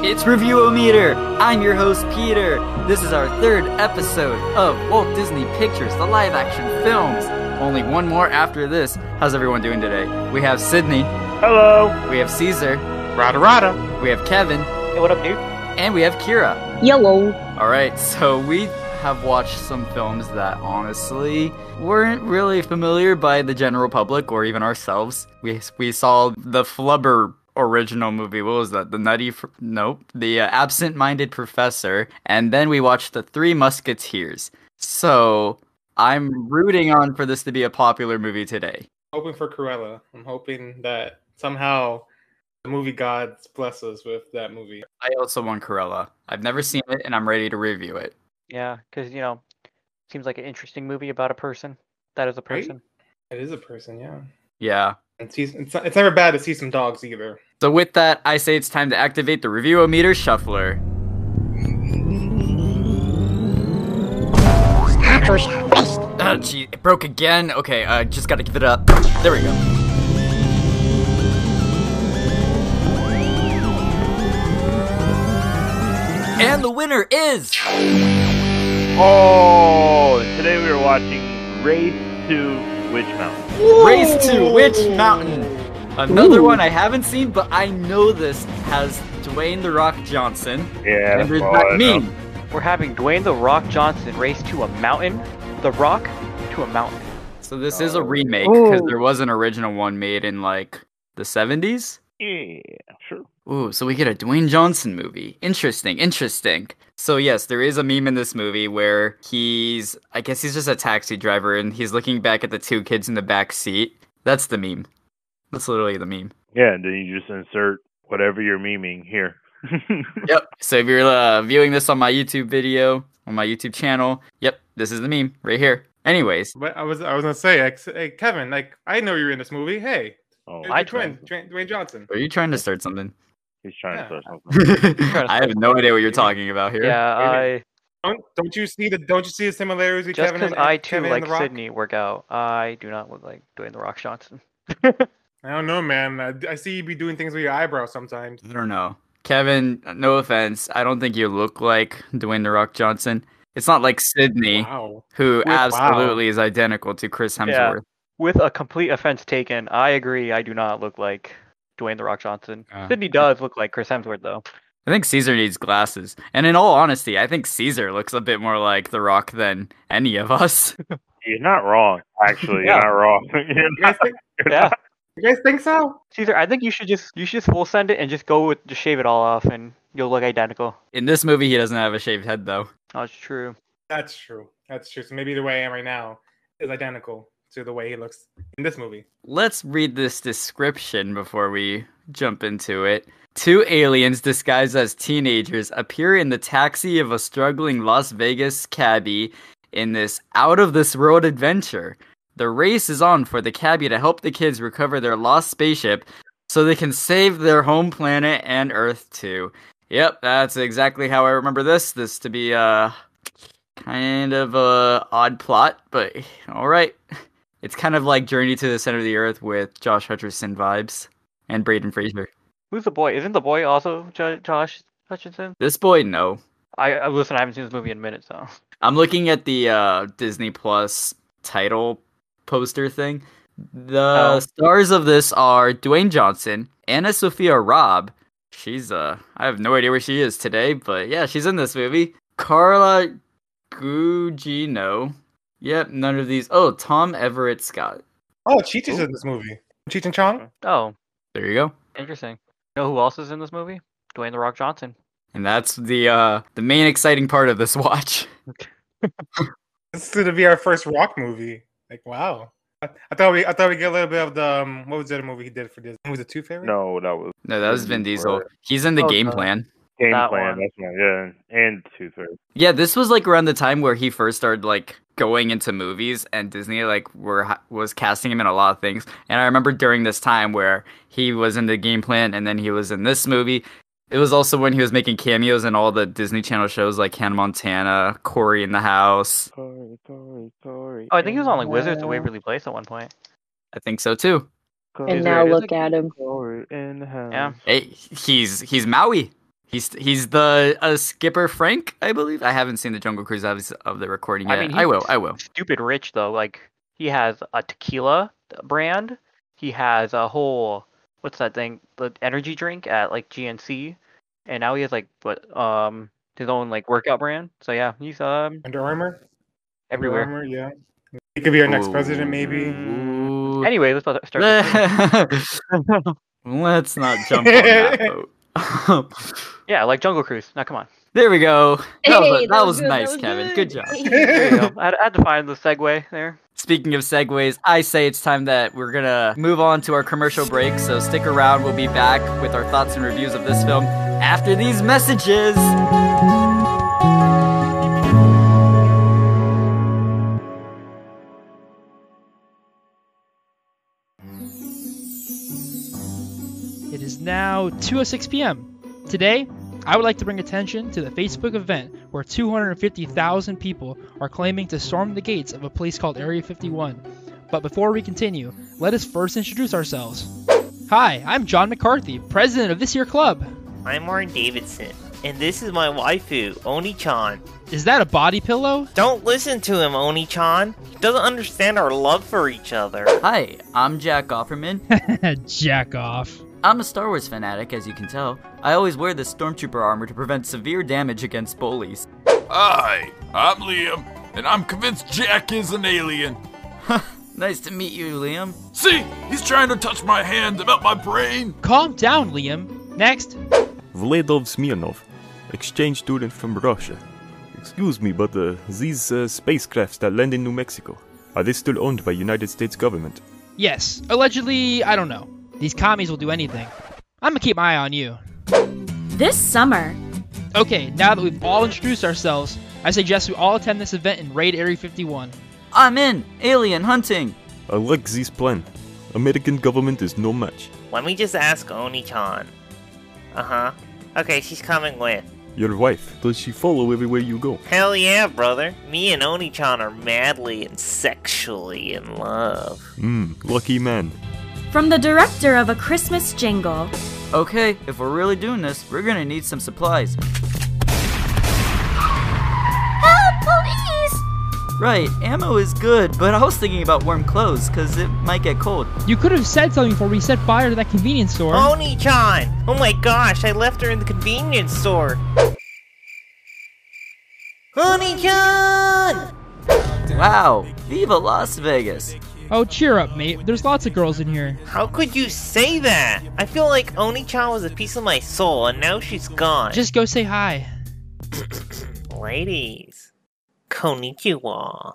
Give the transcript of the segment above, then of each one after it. It's Reviewometer. I'm your host, Peter. This is our third episode of Walt Disney Pictures, the live action films. Only one more after this. How's everyone doing today? We have Sydney, Hello. we have Caesar, Rada Rada. we have Kevin, Hey, what up, dude? and we have Kira. Yellow. All right, so we have watched some films that honestly weren't really familiar by the general public or even ourselves. We we saw the Flubber original movie. What was that? The Nutty? Fr- nope. The uh, Absent-Minded Professor, and then we watched the Three Musketeers. So I'm rooting on for this to be a popular movie today. Hoping for Cruella. I'm hoping that somehow the movie gods bless us with that movie. I also want Corella. I've never seen it, and I'm ready to review it. Yeah, because you know, seems like an interesting movie about a person that is a Right? person. It is a person, yeah. Yeah. And see, it's, it's never bad to see some dogs either. So with that, I say it's time to activate the Reviewometer Shuffler. Oh, gee, it broke again. Okay, I uh, just gotta give it up. There we go. And the winner is. Oh, today we were watching Race to Witch Mountain. Race to Witch Mountain. Another Ooh. one I haven't seen, but I know this has Dwayne the Rock Johnson. Yeah, and there's that meme. We're having Dwayne the Rock Johnson race to a mountain, the Rock to a mountain. So this Oh. is a remake because Ooh. there was an original one made in like the 70s. Yeah, sure. Ooh, so we get a Dwayne Johnson movie. Interesting, interesting. So yes, there is a meme in this movie where he's I guess he's just a taxi driver and he's looking back at the two kids in the back seat. That's the meme. That's literally the meme. Yeah, and then you just insert whatever you're memeing here. Yep. So if you're uh, viewing this on my YouTube video, on my YouTube channel, yep, this is the meme right here. Anyways, But I was I was gonna say, like, hey, Kevin, like I know you're in this movie. Hey, oh, it's I- your twin, Dwayne Dwayne Johnson. are you trying to start something? He's trying to start something. I have no idea what you're talking about here. Yeah, Really? I Don't don't you see the don't you see the similarities with just Kevin because and I too Kevin and like The Rock? Sydney work out, I do not look like Dwayne the Rock Johnson. I don't know, man. I, I see you be doing things with your eyebrows sometimes. I don't know. Kevin, no offense. I don't think you look like Dwayne The Rock Johnson. It's not like Sydney, Wow. who Wow. absolutely is identical to Chris Yeah. Hemsworth. With a complete offense taken, I agree. I do not look like Dwayne the Rock Johnson. Uh. Sydney does look like Chris Hemsworth though. I think Caesar needs glasses. And in all honesty, I think Caesar looks a bit more like The Rock than any of us. You're not wrong, actually. Yeah. You're not wrong. You're You guys, not- think, you're Yeah. not- you guys think so? Caesar, I think you should just you should just full send it and just go with just shave it all off and you'll look identical. In this movie, he doesn't have a shaved head, though. That's true. That's true. That's true. So maybe the way I am right now is identical to the way he looks in this movie. Let's read this description before we jump into it. Two aliens disguised as teenagers appear in the taxi of a struggling Las Vegas cabbie in this out of this world adventure. The race is on for the cabbie to help the kids recover their lost spaceship so they can save their home planet and Earth too. Yep, that's exactly how I remember this. This to be a kind of a odd plot, but all right. It's kind of like Journey to the Center of the Earth with Josh Hutcherson vibes and Braden Fraser. Who's the boy? Isn't the boy also Jo- Josh Hutchinson? This boy, no. I, I listen. I haven't seen this movie in minutes, so I'm looking at the uh, Disney Plus title poster thing. The Oh. stars of this are Dwayne Johnson, Anna Sophia Robb. She's uh, I have no idea where she is today, but yeah, she's in this movie. Carla Gugino. Yep, none of these. Oh, Tom Everett Scott. Oh, Cheech is in this movie. Cheech and Chong. oh, There you go. interesting. You know who else is in this movie? Dwayne the Rock Johnson. And that's the uh, the main exciting part of this watch. This is gonna be our first rock movie. Like, wow. I, I thought we I thought we get a little bit of the um, what was the other movie he did for Disney? Was it Two Favorite? No, that was No, that was Vin Vin Diesel. Diesel. He's in the Oh, game no. plan. game That plan. one. That's my yeah, and two thirds. Yeah, this was like around the time where he first started like going into movies, and Disney like were ha- was casting him in a lot of things. And I remember during this time where he was in the game plan, and then he was in this movie. It was also when he was making cameos in all the Disney Channel shows like Hannah Montana, Cory in the House. Sorry, sorry, sorry. Oh, I think he was on like Wizards of Waverly Place at one point. I think so too. And Is now it- is look at him. Sorry, in Yeah. Hey, he's he's Maui. He's he's the uh, skipper Frank, I believe. I haven't seen the Jungle Cruise obviously of the recording I yet. I, mean, will. he's- I will. Stupid rich though. Like he has a tequila brand. He has a whole what's that thing? The energy drink at like GNC, and now he has like what um his own like workout brand. So yeah, he's um Under Armour. everywhere. Under Armour, yeah. He could be our next Ooh. president, maybe. Ooh. Anyway, let's start. with- Let's not jump on that boat. yeah, like Jungle Cruise. Now come on. there we go. That was, Hey, that was good, nice, that was Kevin. Good job. There you go. I had, I had to find the segue there. Speaking of segues, I say it's time that we're gonna move on to our commercial break. So stick around. We'll be back with our thoughts and reviews of this film after these messages. It is now 2:06 p.m. Today, I would like to bring attention to the Facebook event where 250,000 people are claiming to storm the gates of a place called Area 51. But before we continue, let us first introduce ourselves. Hi, I'm John McCarthy, president of this year club. I'm Warren Davidson, and this is my waifu, Oni chan. Is that a body pillow? Don't listen to him, Oni chan. He doesn't understand our love for each other. Hi, I'm Jack Offerman. Jack off. I'm a Star Wars fanatic, as you can tell. I always wear this stormtrooper armor to prevent severe damage against bullies. Hi, I'm Liam, and I'm convinced Jack is an alien. Nice to meet you, Liam. See, he's trying to touch my hand about my brain. Calm down, Liam. Next, Vladov Smirnov, exchange student from Russia. Excuse me, but uh, these uh, spacecrafts that land in New Mexico, are they still owned by United States government? yes, allegedly, I don't know. These commies will do anything. I'm gonna keep my eye on you. This summer, Okay, now that we've all introduced ourselves, I suggest we all attend this event and raid Area 51. I'm in! Alien hunting! I like this plan. American government is no match. Let me just ask Oni chan. Uh huh. Okay, she's coming with. Your wife, does she follow everywhere you go? Hell yeah, brother. Me and Oni chan are madly and sexually in love. Hmm, lucky man. from the director of A Christmas Jingle, Okay, if we're really doing this, we're gonna need some supplies. Help, police! Right, ammo is good, but I was thinking about warm clothes, cause it might get cold. You could have said something before we set fire to that convenience store. Oni chan! Oh my gosh, I left her in the convenience store. Oni chan! Wow, viva Las Vegas! Oh, cheer up, mate. There's lots of girls in here. How could you say that? I feel like Oni chan was a piece of my soul, and now she's gone. Just go say hi. Ladies, konnichiwa.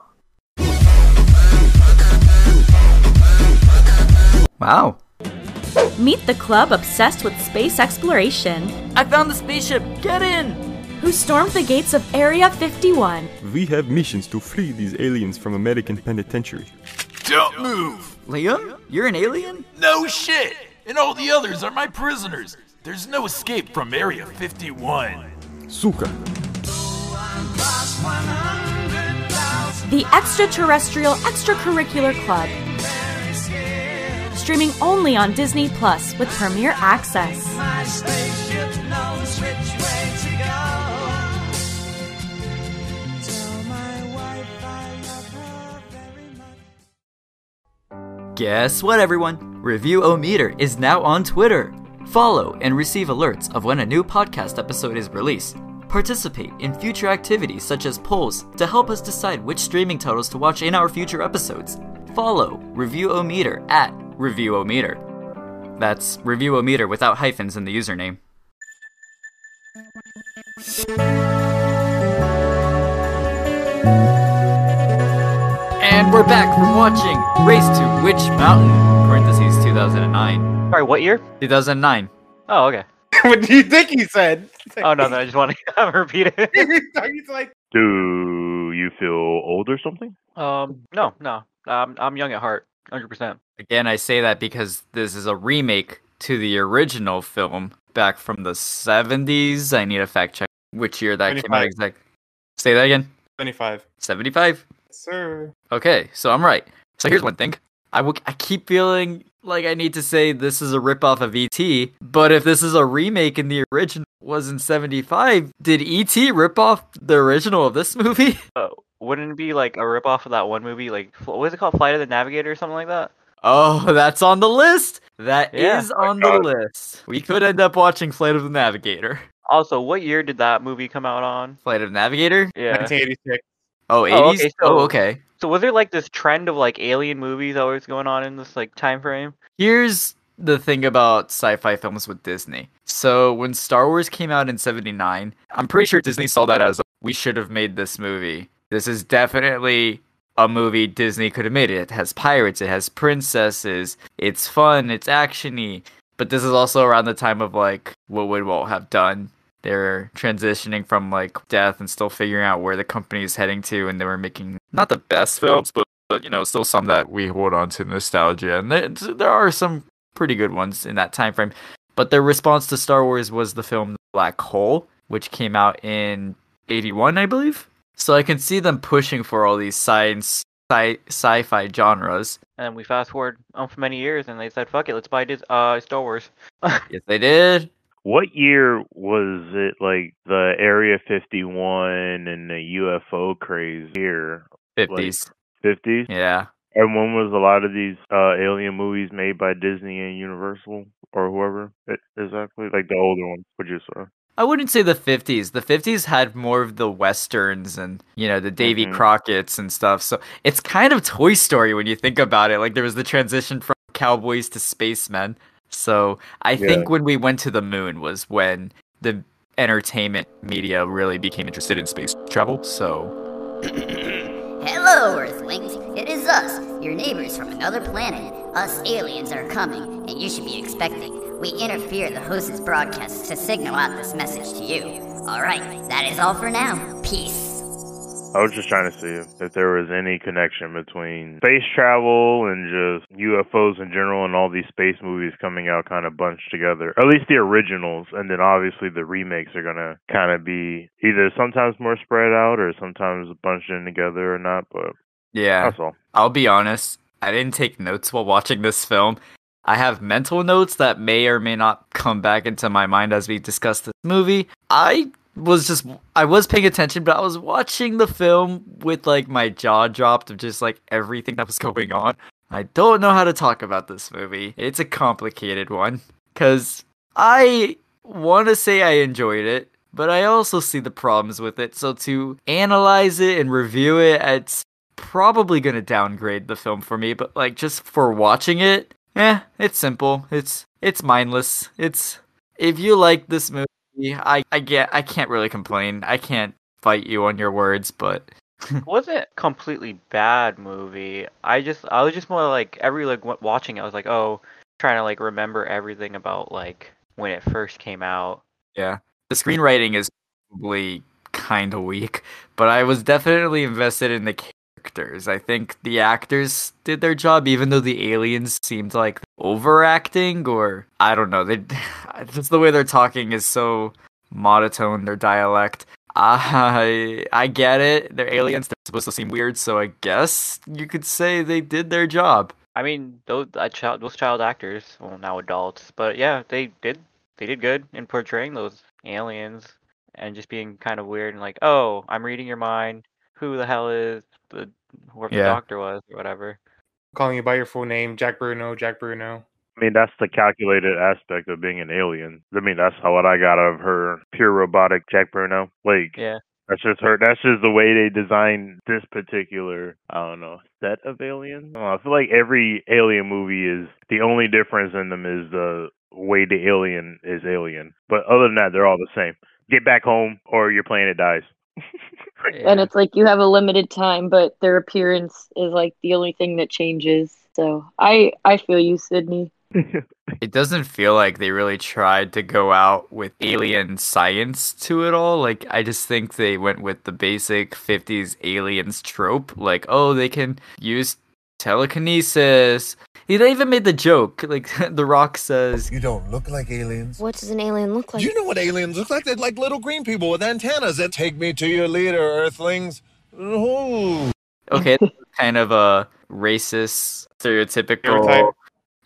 Wow. Meet the club obsessed with space exploration, I found the spaceship! Get in! who stormed the gates of Area 51. We have missions to free these aliens from American penitentiary. Don't move. Liam, you're an alien? No shit. And all the others are my prisoners. There's no escape from Area 51. Suka, The Extraterrestrial Extracurricular Club. Streaming only on Disney Plus with Premier Access. Guess what, everyone? Review O Meter is now on Twitter. Follow and receive alerts of when a new podcast episode is released. Participate in future activities such as polls to help us decide which streaming titles to watch in our future episodes. Follow Review O Meter at Review O Meter. That's Review O Meter without hyphens in the username. And we're back from watching Race to Witch Mountain, parentheses 2009. Sorry, what year? 2009. Oh, okay. what do you think he said? It's like- Oh no, no, I just want to have her repeat it. He's like, Do you feel old or something? Um, no, no, um, I'm young at heart, hundred percent. Again, I say that because this is a remake to the original film back from the 70s. I need a fact check which year that came out 25. exact. Say that again. 25. 75. Sir. Okay, so I'm right. So here's one thing. I will, I keep feeling like I need to say this is a ripoff of ET, but if this is a remake and the original was in 75, did ET rip off the original of this movie? Uh, wouldn't it be like a ripoff of that one movie, like Fl- what was it called, Flight of the Navigator or something like that? Oh, that's on the list. That is Yeah. on the list. We could end up watching Flight of the Navigator. Also, what year did that movie come out on? Flight of the Navigator? Yeah. 1986. Oh, 80s? Oh, okay. okay, so- So was there like this trend of like alien movies always going on in this like time frame? Here's the thing about sci-fi films with Disney. So when Star Wars came out in 79, I'm pretty sure Disney saw that as we should have made this movie. This is definitely a movie Disney could have made. It has pirates, it has princesses, it's fun, it's actiony. But this is also around the time of like what would Walt have done. They're transitioning from like death and still figuring out where the company is heading to, and they were making not the best films, but but you know, still some that we hold on to nostalgia, and there, there are some pretty good ones in that time frame. But their response to Star Wars was the film Black Hole, which came out in '81, I believe. So I can see them pushing for all these science sci- sci-fi genres. And we fast forward um, for many years, and they said, "Fuck it, let's buy Dis- uh, Star Wars." Yes, they did. What year was it like the Area 51 and the UFO craze here? Fifties, 50s? yeah. And when was a lot of these uh, alien movies made by Disney and Universal or whoever? E- Exactly. Like the older ones, what you saw. I wouldn't say the 50s. The 50s had more of the westerns and, you know, the Davy Mhm. Crockett's and stuff. So it's kind of Toy Story when you think about it. Like there was the transition from cowboys to spacemen. So I Yeah. think when we went to the moon was when the entertainment media really became interested in space travel. So Hello, Earthlings. It is us, your neighbors from another planet. Us aliens are coming, and you should be expecting. We interfere the host's broadcasts to signal out this message to you. Alright, that is all for now. Peace. I was just trying to see if, if there was any connection between space travel and just UFOs in general and all these space movies coming out kind of bunched together. At least the originals, and then obviously the remakes are going to kind of be either sometimes more spread out or sometimes bunched in together or not, but yeah, that's all. I'll be honest. I didn't take notes while watching this film. I have mental notes that may or may not come back into my mind as we discuss this movie. I was just I was paying attention, but I was watching the film with like my jaw dropped of just like everything that was going on. I don't know how to talk about this movie. It's a complicated one cuz I want to say I enjoyed it, but I also see the problems with it. So to analyze it and review it, it's probably going to downgrade the film for me, but like just for watching it, eh, it's simple. It's it's mindless. It's if you like this movie, I I get I can't really complain. I can't fight you on your words, but It wasn't a completely bad movie. I just I was just more like every like wa- watching it, I was like, oh, trying to like remember everything about like when it first came out. the screenwriting is probably kind of weak, but I was definitely invested in the characters. I think the actors did their job, even though the aliens seemed like overacting, or I don't know. They just the way they're talking is so monotone. Their dialect. I I get it. They're aliens. They're supposed to seem weird, so I guess you could say they did their job. I mean, those uh, child those child actors, well now adults, but yeah, they did they did good in portraying those aliens and just being kind of weird and like, oh, I'm reading your mind. Who the hell is the whoever Yeah. the doctor was or whatever? Calling you by your full name, Jack Bruno, Jack Bruno. I mean, that's the calculated aspect of being an alien. I mean, that's how what I got out of her pure robotic Jack Bruno. Like, Yeah. That's just her. That's just the way they designed this particular, I don't know, set of aliens. I, don't know, I feel like every alien movie is the only difference in them is the way the alien is alien. But other than that, they're all the same. Get back home, or your planet dies. And Yeah. it's like you have a limited time, but their appearance is like the only thing that changes. So I I feel you, Sydney. it doesn't feel like they really tried to go out with alien science to it all. Like I just think they went with the basic 50s aliens trope like oh they can use telekinesis. They even made the joke like the rock says You don't look like aliens. What does an alien look You know what aliens look like? They're like little green people with antennas that take me to your leader, Earthlings. Ooh. okay that's kind of a racist stereotypical Stereotype.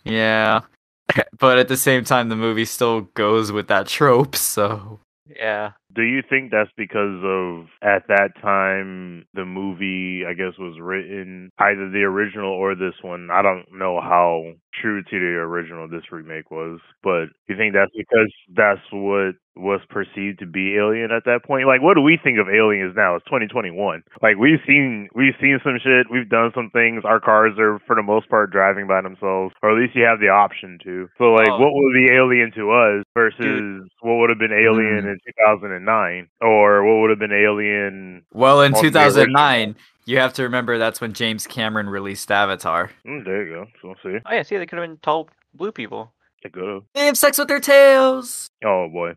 Yeah. but at the same time, the movie still goes with that trope, so. Yeah. Do you think that's because of at that time the movie I guess was written either the original or this one? I don't know how true to the original this remake was, but you think that's because that's what was perceived to be alien at that point? Like what do we think of aliens now? It's 2021. Like we've seen we've seen some shit, we've done some things. Our cars are for the most part driving by themselves, or at least you have the option to. So like Oh. what was the alien to us versus Dude. what would have been alien in 2009 or what would have been alien Well, in on the 2009, you have to remember that's when James Cameron released Avatar. original- Mm, there you go. So see. Oh yeah, see, they could have been tall blue people. They could have. They have sex with their tails. Oh boy.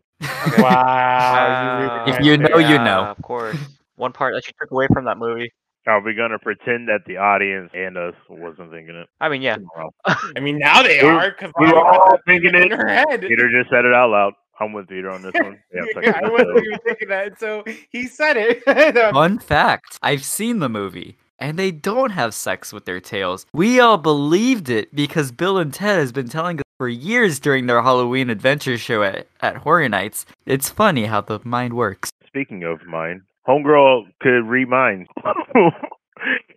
Wow. Uh, If you know, you know. Of course. One part that you took away from that movie. Are we gonna pretend that the audience and us wasn't thinking it? I mean, yeah. I mean, now they We- are because we were all thinking in it. her head. Peter just said it out loud. I'm with Peter on this one. Yeah, it's like- oh. I wasn't even thinking that, so he said it. No, Fun fact I've seen the movie, and they don't have sex with their tails. We all believed it because Bill and Ted has been telling us for years during their Halloween adventure show at, at Horror Nights. It's funny how the mind works. Speaking of mine, homegirl could read minds.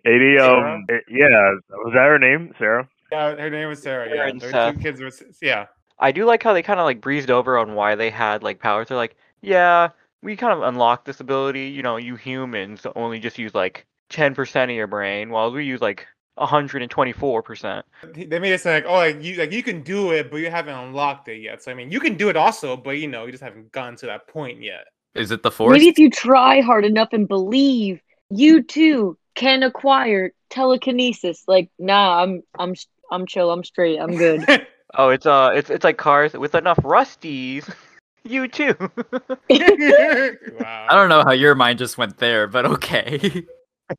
Eighty. Um. it- yeah. Was that her name, Sarah? yeah, her name was Sarah. Sarah Yeah, and their Seth. two kids were. s- Yeah, I do like how they kind of like breezed over on why they had like powers. They're like, yeah, we kind of unlocked this ability. You know, you humans only just use like 10% of your brain, while we use like 124%. He- they made it sound like, oh, like you like you can do it, but you haven't unlocked it yet. So I mean, you can do it also, but you know, you just haven't gotten to that point yet. Is it the force? Maybe if you try hard enough and believe, you too can acquire telekinesis. Like, nah, I'm I'm I'm chill. I'm straight. I'm good. Oh, it's uh, it's it's like cars with enough rusties. You too. wow. I don't know how your mind just went there, but okay.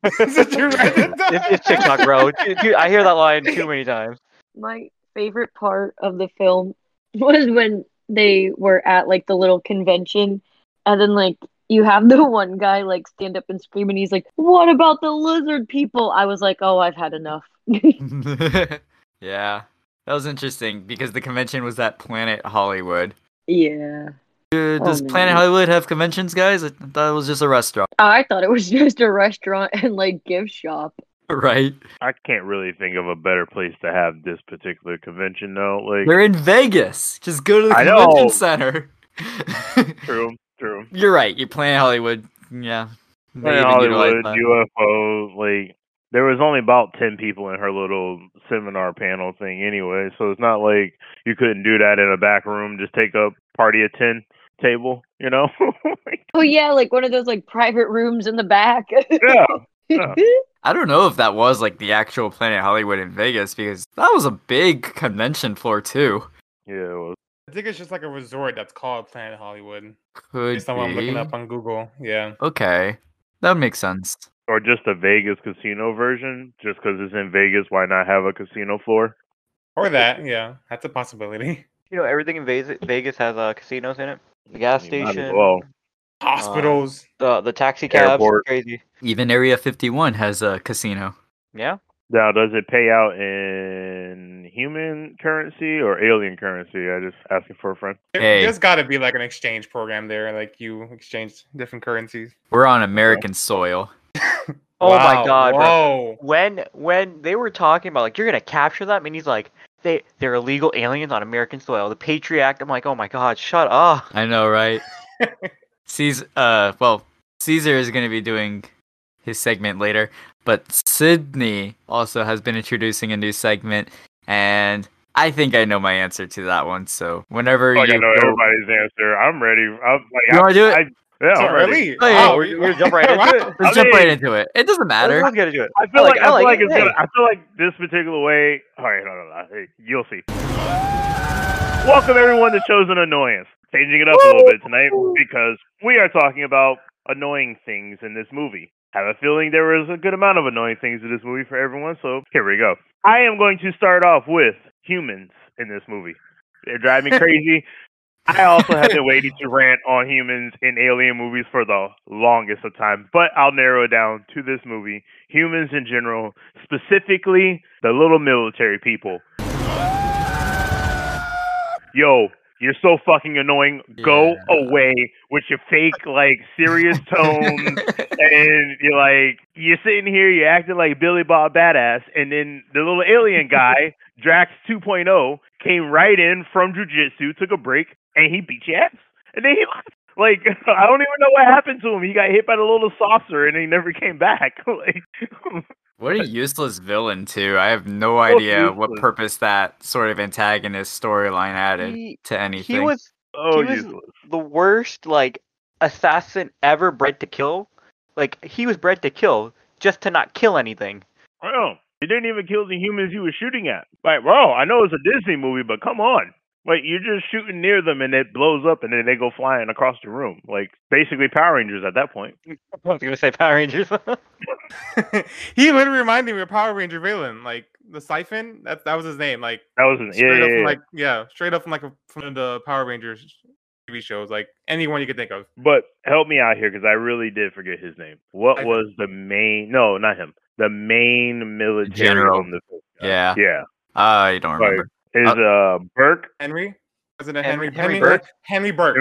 It's, it's TikTok, bro. Dude, dude, I hear that line too many times. My favorite part of the film was when they were at like the little convention, and then like you have the one guy like stand up and scream, and he's like, "What about the lizard people?" I was like, "Oh, I've had enough." yeah. That was interesting because the convention was at Planet Hollywood. yeah, Uh, Oh, does Planet man. Hollywood have conventions, guys? I thought it was just a restaurant, I thought it was just a restaurant and like gift shop. right? I can't really think of a better place to have this particular convention though. Like They're in Vegas. Just go to the I know. convention center. true, true. You're right. You Planet Hollywood. Yeah. They Planet even utilize Hollywood, that. UFO, like there was only about ten people in her little seminar panel thing anyway, so it's not like you couldn't do that in a back room, just take a party of ten table, you know? Oh yeah, like one of those like private rooms in the back. yeah. I don't know if that was like the actual Planet Hollywood in Vegas because that was a big convention floor too. Yeah, it was. I think it's just like a resort that's called Planet Hollywood. Could Based on what I'm looking be. up on Google. Yeah. Okay, that makes sense. Or just a Vegas casino version, just because it's in Vegas, why not have a casino floor? Or that, yeah. That's a possibility. You know, everything in Vegas, Vegas has uh, casinos in it. The gas You might as station, well. Uh, Hospitals. the the taxi cabs, Airport. crazy. Even Area 51 has a casino. Yeah. Now, does it pay out in human currency or alien currency? I just asking for a friend. There- Hey. There's got to be like an exchange program there, like you exchange different currencies. We're on American soil. Oh Wow, my god, whoa. bro. When when they were talking about like you're gonna capture them and he's like they they're illegal aliens on American soil, the Patriot Act, I'm like, oh my god, shut up. I know, right? Caesar. Uh, well, Caesar is going to be doing his segment later, but Sydney also has been introducing a new segment, and I think I know my answer to that one. So whenever Like, you I know feel- everybody's answer. I'm ready. I'm like, You I, wanna do it? I, yeah, So I'm ready. early? Oh, yeah. Wow, We're, we're gonna jump right wow. into it. Let's I jump right mean- into it. It doesn't matter. Everyone's gonna do it. I feel like, I, feel like it. it's Hey. gonna, I feel like this particular way. oh, All right, hold on, hold on. Hey, you'll see. Welcome everyone to Chosen Annoyance. Changing it up a little bit tonight because we are talking about annoying things in this movie. I have a feeling there was a good amount of annoying things in this movie for everyone, so here we go. I am going to start off with humans in this movie. They drive me crazy. I also have been waiting to rant on humans in alien movies for the longest of time, but I'll narrow it down to this movie. Humans in general, specifically the little military people. yo, you're so fucking annoying. Go away with your fake, like, serious tone. and you're like, you're sitting here, you're acting like Billy Bob Badass. And then the little alien guy, Drax 2.0, came right in from jujitsu, took a break, and he beat your ass. And then he, like, I don't even know what happened to him. He got hit by the little saucer and he never came back. like, What a useless villain too. I have no idea what useless. purpose that sort of antagonist storyline added He- to anything. He was, Oh, he was useless. the worst like assassin ever bred to kill. Like he was bred to kill, just to not kill anything. Oh, he didn't even kill the humans he was shooting at. Like, bro, I know it's a Disney movie, but come on. Like, you're just shooting near them and it blows up and then they go flying across the room. Like, basically Power Rangers at that point. I was gonna say Power Rangers. he literally reminded me of Power Ranger villain, like the siphon. That that was his name. Like That was his- yeah, straight yeah, up yeah, from yeah. like yeah, straight up from like a, from the Power Rangers TV shows, like anyone you could think of. But help me out here because I really did forget his name. What was the main? No, not him. The main military General. in the film. yeah. Yeah. I Ah, don't Like, remember. is uh Burke Henry, President Henry, Henry Henry, Burke? Burke, Henry Burke.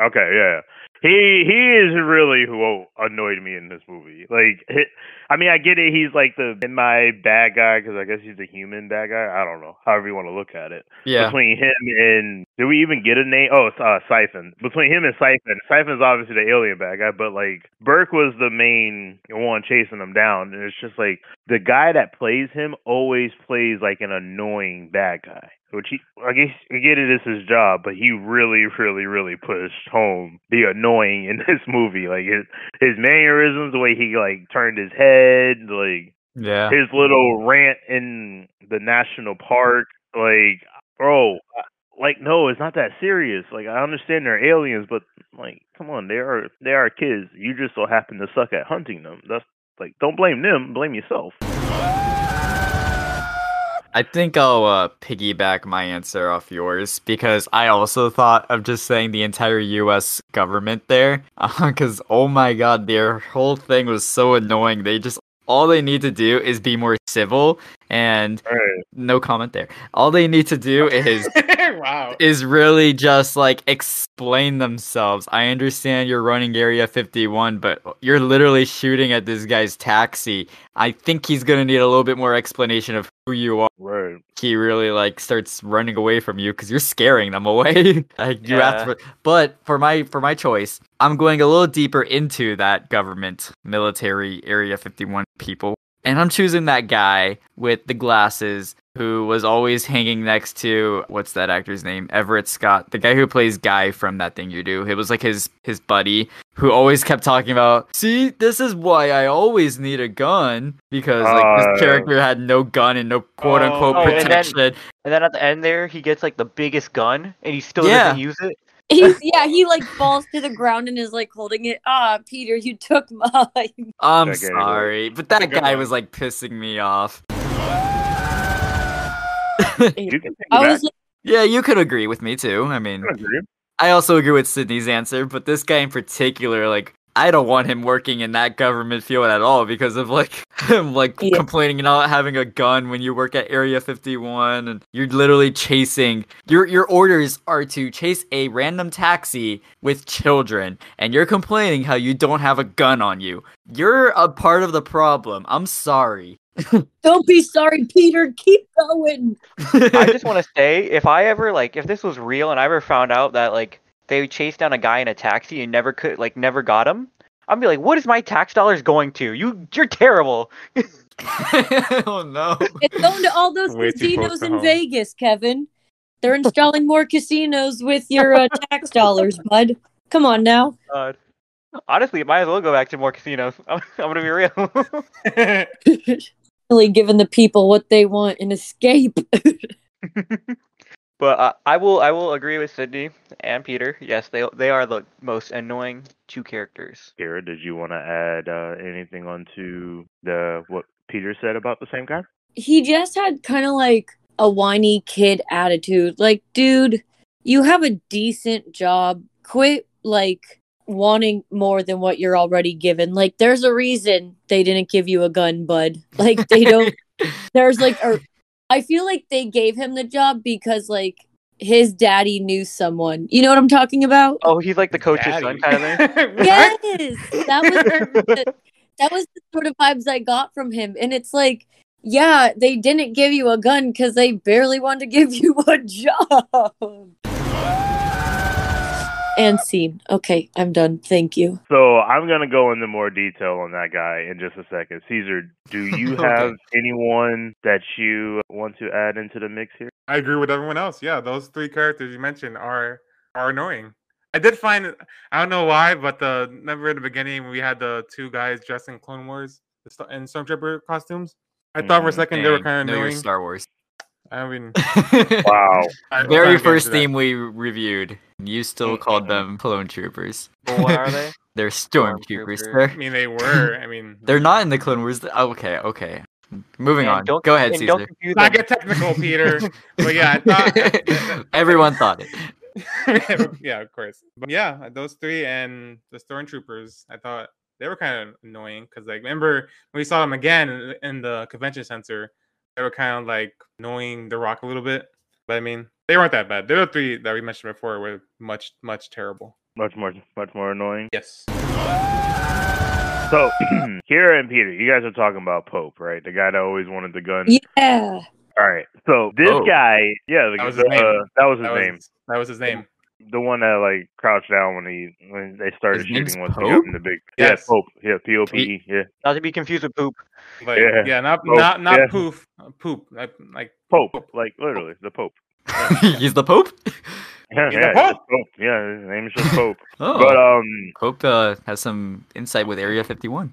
Okay, yeah. He he is really who oh, annoyed me in this movie. Like, he, I mean, I get it. He's like the in my bad guy because I guess he's a human bad guy. I don't know. However you want to look at it. Yeah. Between him and did we even get a name? Oh, it's uh, Siphon. Between him and Siphon, Siphon's obviously the alien bad guy, but like Burke was the main one chasing him down, and it's just like the guy that plays him always plays like an annoying bad guy. Which he, I guess, I get it. It's his job, but he really, really, really pushed home the annoying in this movie. Like his his mannerisms, the way he like turned his head, like Yeah. his little rant in the national park. Like, bro, I- like no, it's not that serious. Like I understand they're aliens, but like, come on, they are they are kids. You just so happen to suck at hunting them. That's like, don't blame them, blame yourself. I think I'll uh, piggyback my answer off yours because I also thought of just saying the entire U.S. government there because oh my god, their whole thing was so annoying. They just all they need to do is be more civil and no comment there. All they need to do is wow. is really just like explain themselves. I understand you're running Area 51, but you're literally shooting at this guy's taxi. I think he's gonna need a little bit more explanation of who you are. Right. He really like starts running away from you because you're scaring them away. like you have Yeah. to. But for my for my choice, I'm going a little deeper into that government military Area 51 people. And I'm choosing that guy with the glasses who was always hanging next to what's that actor's name? Everett Scott, the guy who plays Guy from That Thing You Do. It was like his his buddy who always kept talking about, "See, this is why I always need a gun because like Uh, this character had no gun and no quote unquote Oh, and then- protection." and then at the end there, he gets like the biggest gun, and he still Yeah. doesn't use it. He's yeah, he like falls to the ground and is like holding it. Ah, Peter, you took mine. I'm Okay, well, sorry, but that's a that good guy one. was like pissing me off. You can take I it was back. like, Yeah, you could agree with me too. I mean, I agree. I also agree with Sydney's answer, but this guy in particular, like, I don't want him working in that government field at all because of like him like Yeah. complaining about having a gun when you work at Area 51 and you're literally chasing your your orders are to chase a random taxi with children and you're complaining how you don't have a gun on you. You're a part of the problem. I'm sorry. don't be sorry, Peter. Keep going. I just want to say, if I ever like, if this was real, and I ever found out that like they chased down a guy in a taxi and never could, like, never got him, I'd be like, what is my tax dollars going to? You, you're terrible. oh no. It's going to all those Way too close casinos to in home. Vegas, Kevin. They're installing more casinos with your uh, tax dollars, bud. Come on now. God. Honestly, it might as well go back to more casinos. I'm, I'm gonna be real. Really giving the people what they want and escape. but uh, I will, I will agree with Sydney and Peter. Yes, they they are the most annoying two characters. Kara, did you want to add uh, anything onto the what Peter said about the same guy? he just had kind of like a whiny kid attitude. Like, dude, you have a decent job. Quit like wanting more than what you're already given. Like, there's a reason they didn't give you a gun, bud. Like, er, they don't. there's like a. I feel like they gave him the job because like his daddy knew someone. You know what I'm talking about? Oh, he's like the coach's son kind of thing. yes, that was the, that was the sort of vibes I got from him, and it's like, yeah, they didn't give you a gun because they barely wanted to give you a job. And scene. Okay, I'm done. Thank you. So I'm gonna go into more detail on that guy in just a second. Caesar, do you Okay. have anyone that you want to add into the mix here? I agree with everyone else. Yeah, those three characters you mentioned are are annoying. I did find I don't know why, but the remember in the beginning we had the two guys dressed in Clone Wars the Star- in Stormtrooper costumes. I thought for a Mhm. second they were Dang, kind know of your annoying. Star Wars. I mean, wow. Very first theme we reviewed. You still Mm-hmm. called them clone troopers. Well, what are they? They're stormtroopers. I They're, mean, they were. I mean, they're not in the Clone Wars. th- oh, Okay, okay. Moving Mm-hmm. And on. don't- Go ahead, and don't Caesar. confuse Not them. get technical, Peter. But yeah, I thought- everyone thought it. yeah, of course. But yeah, uh, those three and the stormtroopers, I thought they were kind of annoying because, like, remember when we saw them again in- in the convention center, they were kind of like annoying The Rock a little bit. But I mean, they weren't that bad. The other three that we mentioned before were much, much terrible. Much more, much more annoying. Yes. So, Kira and Peter, you guys are talking about Pope, right? The guy that always wanted the gun. Yeah. All right. So this Oh. guy, yeah, the, That was the- his name. uh, that was his That was- name. that was his name. The one that like crouched down when he when they started His name's shooting once he Pope? opened the big. Yeah, Yes. Pope. Yeah, P O P E. Yeah. Not to be confused with poop. Like, yeah. not Pope, not not yeah. poof, uh, poop, like, like Pope, like literally the Pope. He's the Pope? Yeah, He's a yeah, Pope? just Pope. Yeah, his name is just Pope. Oh. But um, Hope uh, has some insight with Area 51.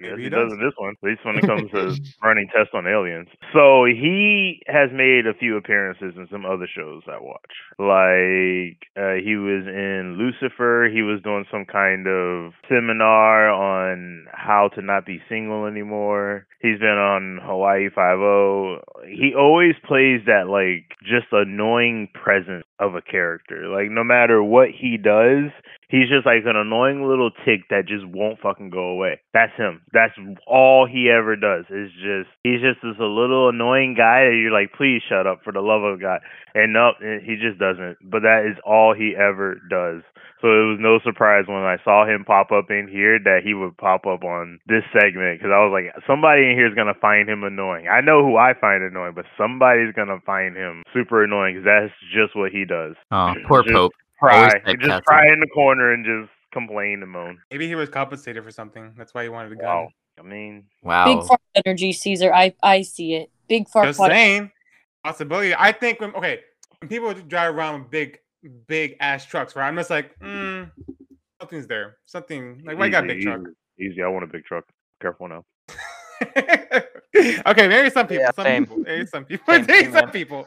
I guess he he does. does in this one, at least when it comes to running tests on aliens. So he has made a few appearances in some other shows I watch. Like uh, he was in Lucifer. He was doing some kind of seminar on how to not be single anymore. He's been on Hawaii Five O. He always plays that like just annoying presence of a character. Like no matter what he does, he's just like an annoying little tick that just won't fucking go away. That's him. That's all he ever does. Is just he's just this little annoying guy that you're like, please shut up for the love of God. And no, he just doesn't. But that is all he ever does. So it was no surprise when I saw him pop up in here that he would pop up on this segment because I was like, somebody in here is gonna find him annoying. I know who I find annoying, but somebody's gonna find him super annoying because that's just what he does. Oh, poor Just Pope. Cry, Always typecasted. just cry in the corner and just complain and moan. Maybe he was compensated for something. That's why he wanted a gun. I mean, Big fart energy, Caesar. I I see it. Big fart. Just saying, possibility. I think when okay, when people drive around with big, big ass trucks, right? I'm just like, mm, something's there. Something like why you got a big Easy, truck? Easy, easy. I want a big truck. Careful now. Okay, maybe some people, some same. people, maybe some people, maybe some people.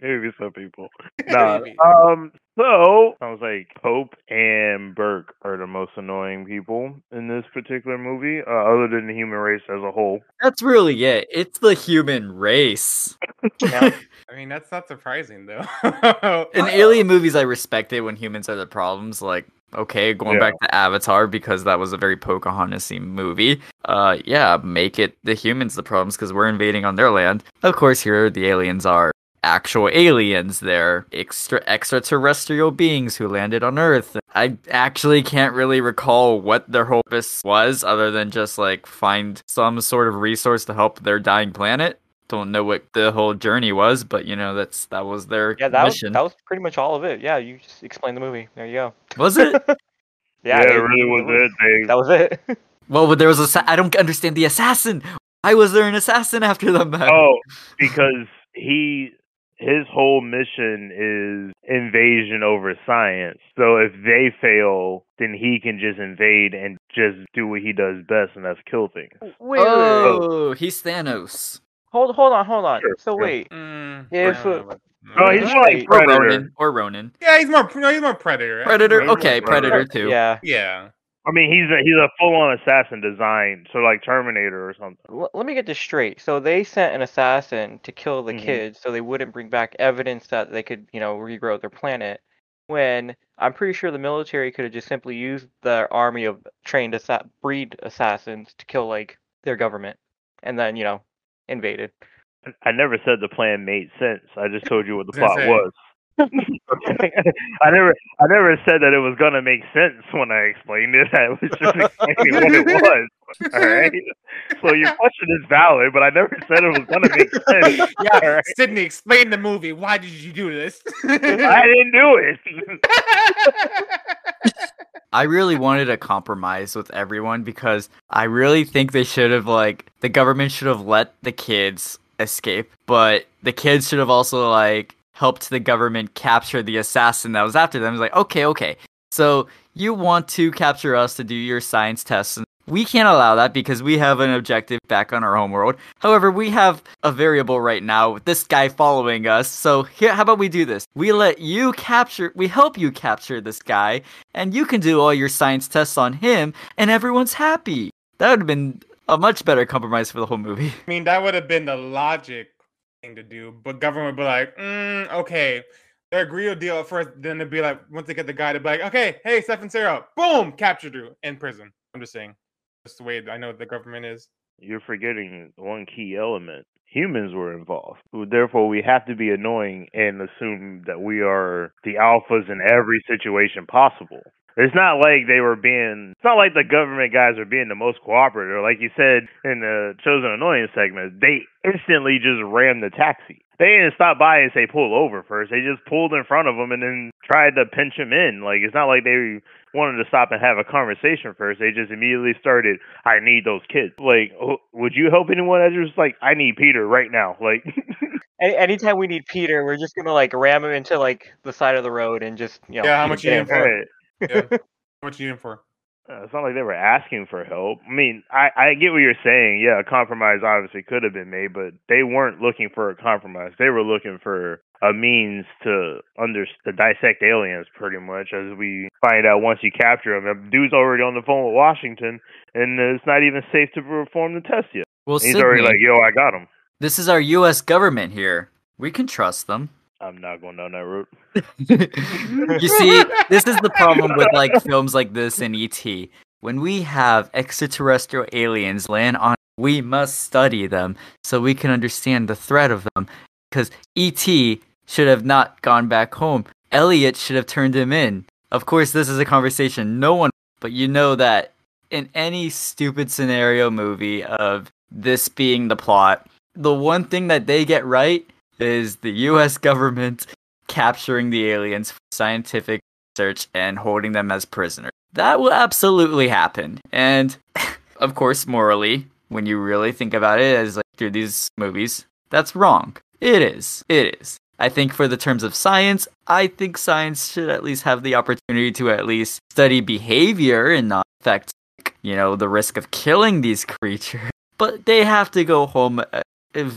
Maybe some people. Nah, um, so I was like, Pope and Burke are the most annoying people in this particular movie, uh, other than the human race as a whole. That's really it. It's the human race. I mean, that's not surprising though. In alien movies, I respect it when humans are the problems. Like, okay, going Yeah. back to Avatar because that was a very Pocahontas movie. Uh, yeah, make it the humans the problems because we're invading on their land. Of course, here the aliens are actual aliens. They're extra extraterrestrial beings who landed on Earth. I actually can't really recall what their whole purpose was other than just like find some sort of resource to help their dying planet. Don't know what the whole journey was, but you know that's that was their Yeah, that was, mission. that was pretty much all of it. Yeah, you just explained the movie. There you go. Was it? Yeah, it really was it. They, that was it. well, but there was a. Sa- I don't understand the assassin. Why was there an assassin after them? then? Oh, because he his whole mission is invasion over science. So if they fail, then he can just invade and just do what he does best, and that's kill things. Wait, wait, wait, wait. Oh, he's Thanos. Hold, hold on, hold on. so sure. wait. I Mm, if, don't uh, No, Oh, he's more like or Predator. Ronin. Or Ronin. yeah, he's more. No, he's more predator. Predator. Ronin. Okay, Predator too. Yeah. Yeah. I mean, he's a he's a full on assassin design, so like Terminator or something. L- let me get this straight. So they sent an assassin to kill the Mhm. kids so they wouldn't bring back evidence that they could, you know, regrow their planet. When I'm pretty sure the military could have just simply used their army of trained assa- breed assassins to kill like their government and then, you know, invaded. I never said the plan made sense. I just told you what the That's plot it. was. I never, I never said that it was gonna make sense when I explained it. I was just explaining what it was. All right. So your question is valid, but I never said it was gonna make sense. Yeah, Sydney, explain the movie. Why did you do this? I didn't do it. I really wanted a compromise with everyone because I really think they should have like the government should have let the kids escape, but the kids should have also like helped the government capture the assassin that was after them. It's like, okay, okay. So you want to capture us to do your science tests. And we can't allow that because we have an objective back on our homeworld. However, we have a variable right now with this guy following us. So here, how about we do this? We let you capture, we help you capture this guy, and you can do all your science tests on him, and everyone's happy. That would have been a much better compromise for the whole movie. mean, that would have been the logic thing to do, but government would be like, mm, okay, they agree a deal at first, then they'd be like, once they get the guy, they'd be like, okay, hey, Stefan Sarah, boom, captured you in prison. I'm just saying, that's the way I know the government is. You're forgetting one key element. Humans were involved. Therefore, we have to be annoying and assume that we are the alphas in every situation possible. It's not like they were being, it's not like the government guys were being the most cooperative. Or Like you said in the Chosen Annoyance segment, they instantly just rammed the taxi. They didn't stop by and say pull over first. They just pulled in front of them and then tried to pinch him in. Like, it's not like they wanted to stop and have a conversation first. They just immediately started, I need those kids. Like, oh, would you help anyone? I just like, I need Peter right now. Like, Any, anytime we need Peter, we're just gonna like ram him into like the side of the road and just you know. Yeah, how eat much him. you in for? Yeah. How much you in for? Uh, it's not like they were asking for help. I mean, I, I get what you're saying. Yeah, a compromise obviously could have been made, but they weren't looking for a compromise. They were looking for a means to under to dissect aliens, pretty much, as we find out once you capture them. The dude's already on the phone with Washington, and it's not even safe to perform the test yet. Well, he's already Sydney- like, "Yo, I got him." This is our U.S. government here. We can trust them. I'm not going down that route. You see, this is the problem with like films like this and ET. When we have extraterrestrial aliens land on, we must study them so we can understand the threat of them. Because ET should have not gone back home. Elliot should have turned him in. Of course, this is a conversation no one, but you know that in any stupid scenario movie of this being the plot, the one thing that they get right is the US government capturing the aliens for scientific research and holding them as prisoners. That will absolutely happen. And of course, morally, when you really think about it as like through these movies, that's wrong. It is. It is. I think for the terms of science, I think science should at least have the opportunity to at least study behavior and not affect you know, the risk of killing these creatures. But they have to go home uh,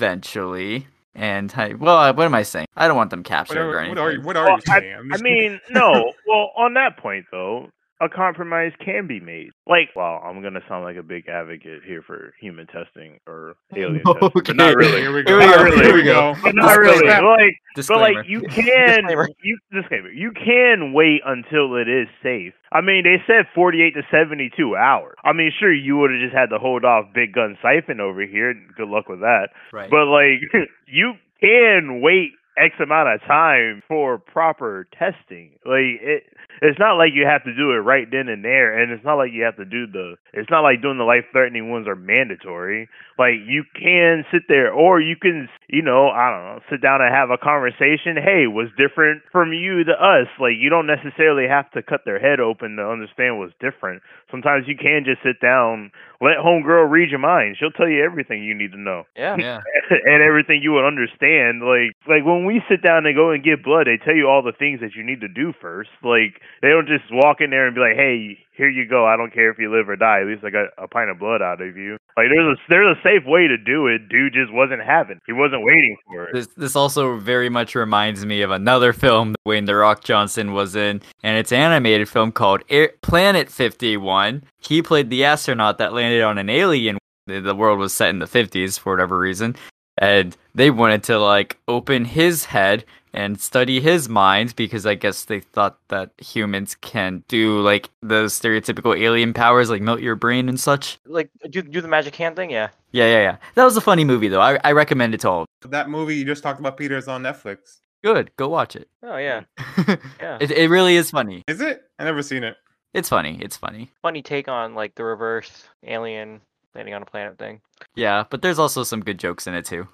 eventually. And I, well, I- what am I saying? I don't want them captured or anything. Well, I- I, mean, no. Well, on that point though, a compromise can be made. Like, well, I'm gonna sound like a big advocate here for human testing or alien testing, but not really. Here we But go. not Here really. we go. But not really. Disclaimer. Like, but Disclaimer. like you can Disclaimer. you disclaimer. You can wait until it is safe. I mean, they said 48 to 72 hours. I mean, sure, you would have just had to hold off Big Gun Siphon over here. Good luck with that. Right. But like, you can wait X amount of time for proper testing. Like, it, it's not like you have to do it right then and there, and it's not like you have to do the. It's not like doing the life threatening ones are mandatory. Like, you can sit there, or you can, you know, I don't know, sit down and have a conversation. Hey, what's different from you to us? Like, you don't necessarily have to cut their head open to understand what's different. Sometimes you can just sit down, let homegirl read your mind. She'll tell you everything you need to know Yeah. Yeah. and everything you would understand. Like like when we sit down and go and get blood, they tell you all the things that you need to do first. Like they don't just walk in there and be like, "Hey, here you go. I don't care if you live or die. At least I got a pint of blood out of you." Like there's a there's a safe way to do it. Dude just wasn't having. He wasn't waiting for it. This this also very much reminds me of another film that Wayne the Rock Johnson was in, and it's an animated film called Air- Planet Fifty One. He played the astronaut that landed on an alien. The the world was set in the fifties for whatever reason, and they wanted to like open his head and study his mind because I guess they thought that humans can do like those stereotypical alien powers, like melt your brain and such. Like do do the magic hand thing, yeah. Yeah, yeah, yeah. That was a funny movie though. I I recommend it to all. That movie you just talked about, Peter, is on Netflix. Good. Go watch it. Oh yeah, Hmm. yeah. It, it really is funny. Is it? I never seen it. It's funny. It's funny. Funny take on like the reverse alien landing on a planet thing. Yeah, but there's also some good jokes in it too.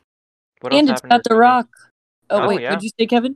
What and else it's happened? got The Rock. Oh, Oh, wait, yeah. what'd you say, Kevin?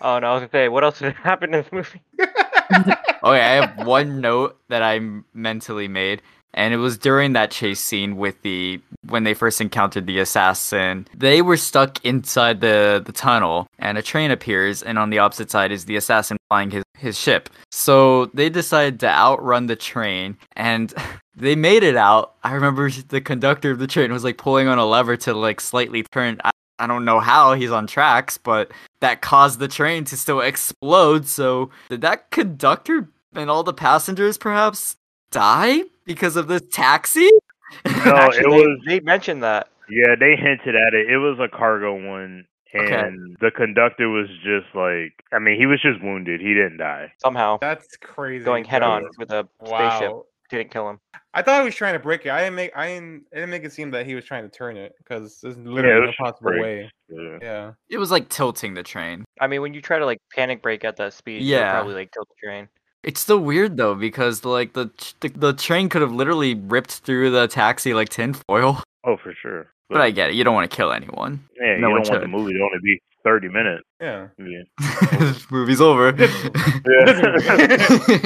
Oh no, I was gonna say what else happened in this movie? okay, I have one note that I mentally made, and it was during that chase scene with the when they first encountered the assassin. They were stuck inside the the tunnel, and a train appears, and on the opposite side is the assassin flying his his ship. So they decided to outrun the train, and they made it out. I remember the conductor of the train was like pulling on a lever to like slightly turn. I, I don't know how he's on tracks, but that caused the train to still explode. So did that conductor and all the passengers perhaps die because of this taxi? No, it Actually, was. They mentioned that. Yeah, they hinted at it. It was a cargo one, and Okay. the conductor was just like, I mean, he was just wounded. He didn't die. somehow That's crazy. going head on bro. with a spaceship Wow. didn't kill him. I thought he was trying to break it. I didn't make. I didn't. I didn't make it seem that he was trying to turn it because there's it literally was no just possible brakes, way. yeah. Yeah. It was like tilting the train. I mean, when you try to like panic brake at that speed, you'll Yeah. probably like tilt the train. It's still weird though because like the the, the train could have literally ripped through the taxi like tinfoil. Oh, for sure. But I get it. You don't want to kill anyone. Yeah, no you one don't want the movie to only be thirty minutes. Yeah. Yeah. should. Movie's over. there Well, was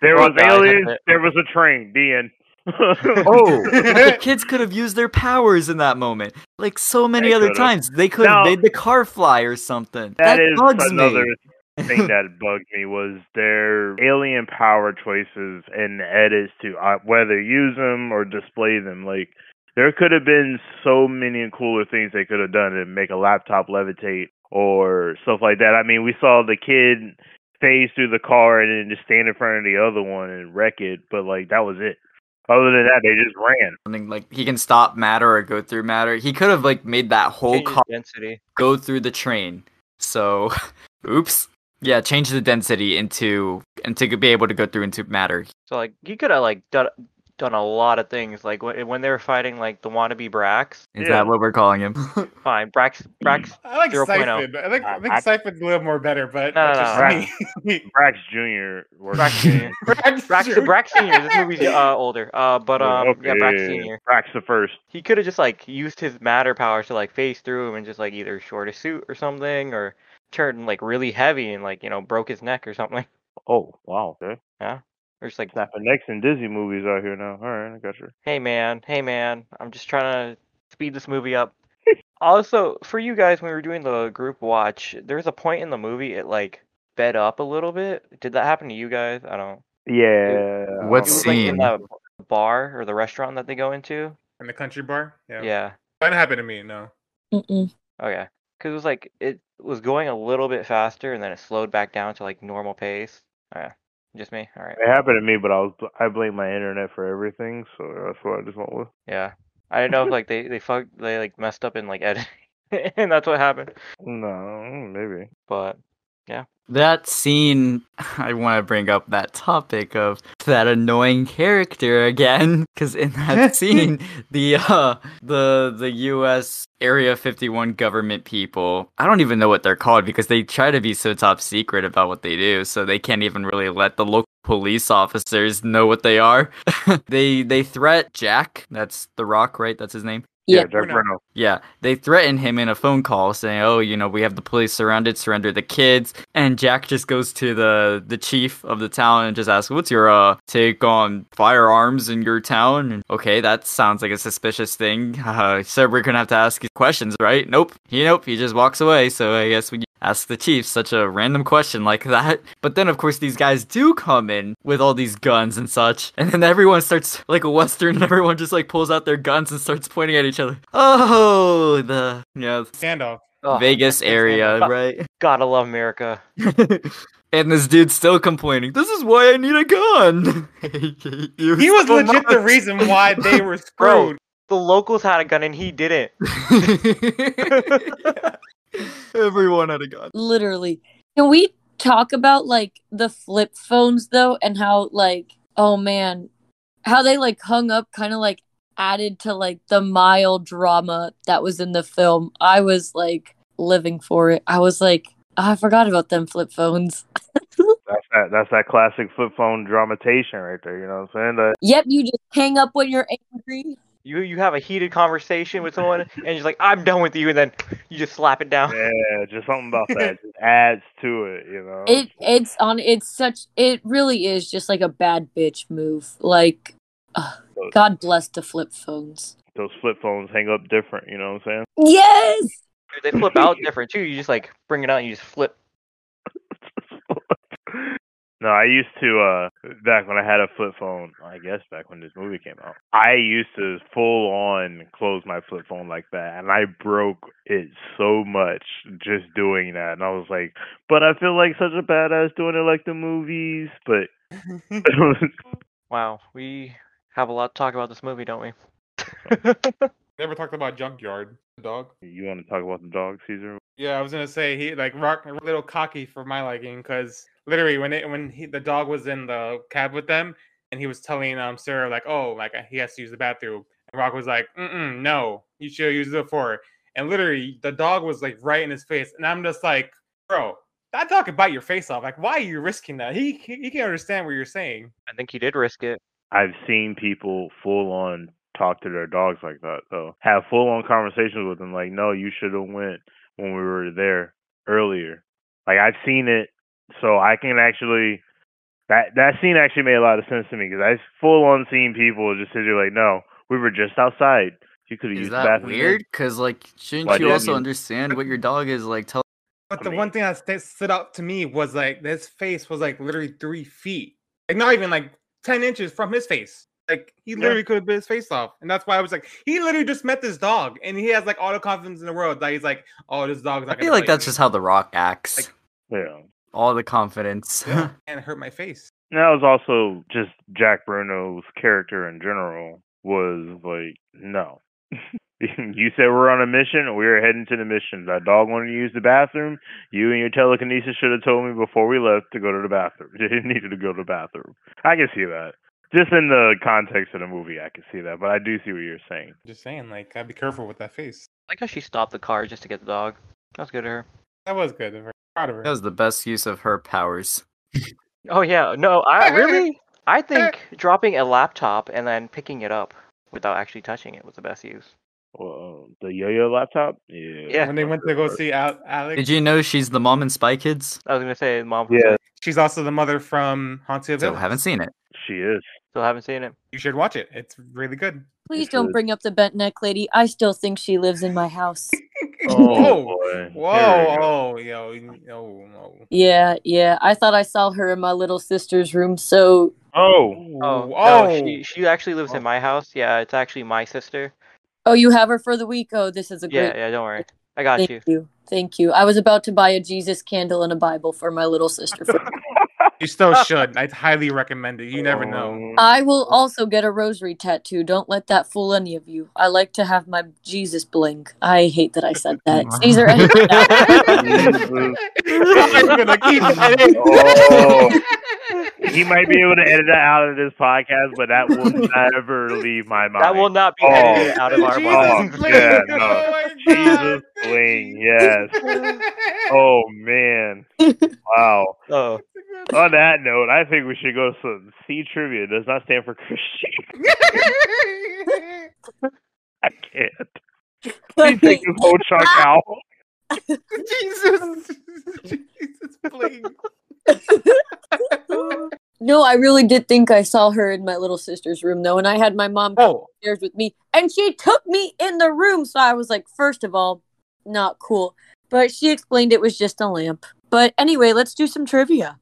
guys, that's aliens. it. There was a train. The end. oh, but the kids could have used their powers in that moment. Like so many They other could've. times, they could have Now- made the car fly or something. That, that is bugs another me. thing that bugged me was their alien power choices and edits to uh, whether use them or display them. Like there could have been so many cooler things they could have done to make a laptop levitate or stuff like that. I mean, we saw the kid phase through the car and then just stand in front of the other one and wreck it, but like that was it. Other than that, they just ran. Something like he can stop matter or go through matter. He could have like made that whole Changes car density. go through the train. So, oops. Yeah, change the density into and to be able to go through into matter. So like you could have like done done a lot of things. Like when when they were fighting like the wannabe Brax, Is Yeah. that what we're calling him? fine, Brax Brax. I like 0.0. Siphon. I like. I Uh, think I- Siphon's a little more better, but No, no, that's just me. Brax Jr. worked. Uh, Brax Senior. Brax Brax, Jr. Brax Senior. This movie's uh, older. Uh, but um, yeah, Brax Oh, Okay. Senior. Brax the first. He could have just like used his matter powers to like phase through him and just like either short a suit or something, or turned like really heavy and like you know broke his neck or something, Oh wow, okay. or just like Snapping necks in Disney movies out here now. All right, I got you. hey man, hey man, I'm just trying to speed this movie up. also, for you guys, when we were doing the group watch, there was a point in the movie it like sped up a little bit. Did that happen to you guys? I don't. Yeah. What It was like in Scene. the bar or the restaurant that they go into. In the country bar. Yeah. Yeah. That happened to me. No. Mm-mm. Okay. Because it was like it was going a little bit faster and then it slowed back down to like normal pace. Yeah. Just me. All right. It happened to me, but I was I blame my internet for everything, so that's what I just went with. Yeah. I didn't know if like they they fucked they like messed up in like editing and that's what happened. No, mm, maybe. But That scene, I want to bring up that topic of that annoying character again, because in that scene, the uh, the the U.S. Area 51 government people, I don't even know what they're called because they try to be so top secret about what they do, so they can't even really let the local police officers know what they are. they they threat Jack, that's The Rock, right? That's his name. Yeah. Jack Bruno. Bruno. Yeah, they threaten him in a phone call saying, "Oh, you know, we have the police surrounded, surrender the kids." And Jack just goes to the the chief of the town and just asks, "What's your uh take on firearms in your town?" And okay, that sounds like a suspicious thing. Uh, so we're gonna have to ask you questions, right? Nope. He nope. He just walks away. So I guess we ask the chief such a random question like that. But then, of course, these guys do come in with all these guns and such, and then everyone starts like a western, and everyone just like pulls out their guns and starts pointing at each other. Oh, the you know Standoff. oh, Vegas area, Fu- right? gotta love America. and this dude's still complaining. This is why I need a gun. He was legit the reason why they were Bro. screwed. The locals had a gun and he didn't. Everyone had a gun. Literally. Can we talk about like the flip phones though and how like oh man, how they like hung up kind of like added to like the mild drama that was in the film. I was like living for it. I was like, "Oh, I forgot about them flip phones. That's that. That's that classic flip phone dramatization right there. You know what I'm saying? That, Yep, you just hang up when you're angry. You you have a heated conversation with someone and you're just like, I'm done with you, and then you just slap it down. Yeah, just something about that just adds to it. You know. It it's on it's such it really is just like a bad bitch move. Like ugh, God bless the flip phones. Those flip phones hang up different. You know what I'm saying? Yes. They flip out different too. You just like bring it out and you just flip. No, I used to uh back when I had a flip phone. I guess back when this movie came out, I used to full on close my flip phone like that, and I broke it so much just doing that. And I was like, but I feel like such a badass doing it like the movies. But Wow, we have a lot to talk about this movie, don't we? Never talked about junkyard the dog. you want to talk about the dog, Caesar? Yeah, I was gonna say he like rock a little cocky for my liking because literally when it when he, the dog was in the cab with them and he was telling um Sarah like oh like he has to use the bathroom and Rock was like Mm-mm, no you should have used it before and literally the dog was like right in his face and I'm just like bro that dog could bite your face off like why are you risking that he he he can't understand what you're saying I think he did risk it. I've seen people full on talk to their dogs like that though. Have full on conversations with them like, no, you should have went when we were there earlier. Like I've seen it, so I can actually that that scene actually made a lot of sense to me because I full on seen people just sit there like, no, we were just outside. You could have Is used the that bathroom. weird? Because like, shouldn't Why you didn't also you? understand what your dog is like? Tell But the one thing that sta- stood out to me was like his face was like literally three feet, like not even like ten inches from his face. Like he Yeah. literally could have bit his face off, and that's why I was like, he literally just met this dog, and he has like all the confidence in the world that he's like, oh, this dog's I not gonna feel like bite that's me just how The Rock acts. yeah. All the confidence. and hurt my face. And that was also just Jack Bruno's character in general was like, no. you said we're on a mission, we are heading to the mission. That dog wanted to use the bathroom. You and your telekinesis should have told me before we left to go to the bathroom. You needed to go to the bathroom. I can see that. Just in the context of the movie, I can see that, but I do see what you're saying. Just saying, like, gotta be careful with that face. I like how she stopped the car just to get the dog. That was good of her. That was good. I'm very proud of her. That was the best use of her powers. Oh yeah, no, I really, I think dropping a laptop and then picking it up without actually touching it was the best use. Well, um, the yo-yo laptop, yeah. When they went to go see Al- Alex, Did you know she's the mom in Spy Kids? I was gonna say mom. Yeah, she's also the mother from Haunted of Still Hill. haven't seen it. she is. Still haven't seen it. You should watch it. It's really good. Please don't bring up the bent neck lady. I still think she lives in my house. Oh, whoa, boy. whoa, oh, yo, yo, no. Yeah, yeah. I thought I saw her in my little sister's room, so Oh, Oh, no, she she actually lives in my house. Yeah, it's actually my sister. Oh, you have her for the week. Oh, this is a Yeah, great yeah, don't worry, I got Thank you. Thank you. I was about to buy a Jesus candle and a Bible for my little sister. You still should. I highly recommend it. You never Um, know. I will also get a rosary tattoo. Don't let that fool any of you. I like to have my Jesus blink. I hate that I said that. Caesar, I'm gonna keep it. Oh. he might be able to edit that out of this podcast, but that will never leave my mind. That will not be Oh, edited out of our oh, podcast. yeah, no. Jesus Bling, yes. Oh man, wow. Oh. On that note, I think we should go to some C trivia. It Does not stand for Christian. I can't. Please take this whole chunk out. Jesus, Oh. Jesus, please. no, I really did think I saw her in my little sister's room though, and I had my mom come Oh, upstairs with me, and she took me in the room. So I was like, first of all, not cool. But she explained it was just a lamp. But anyway, let's do some trivia.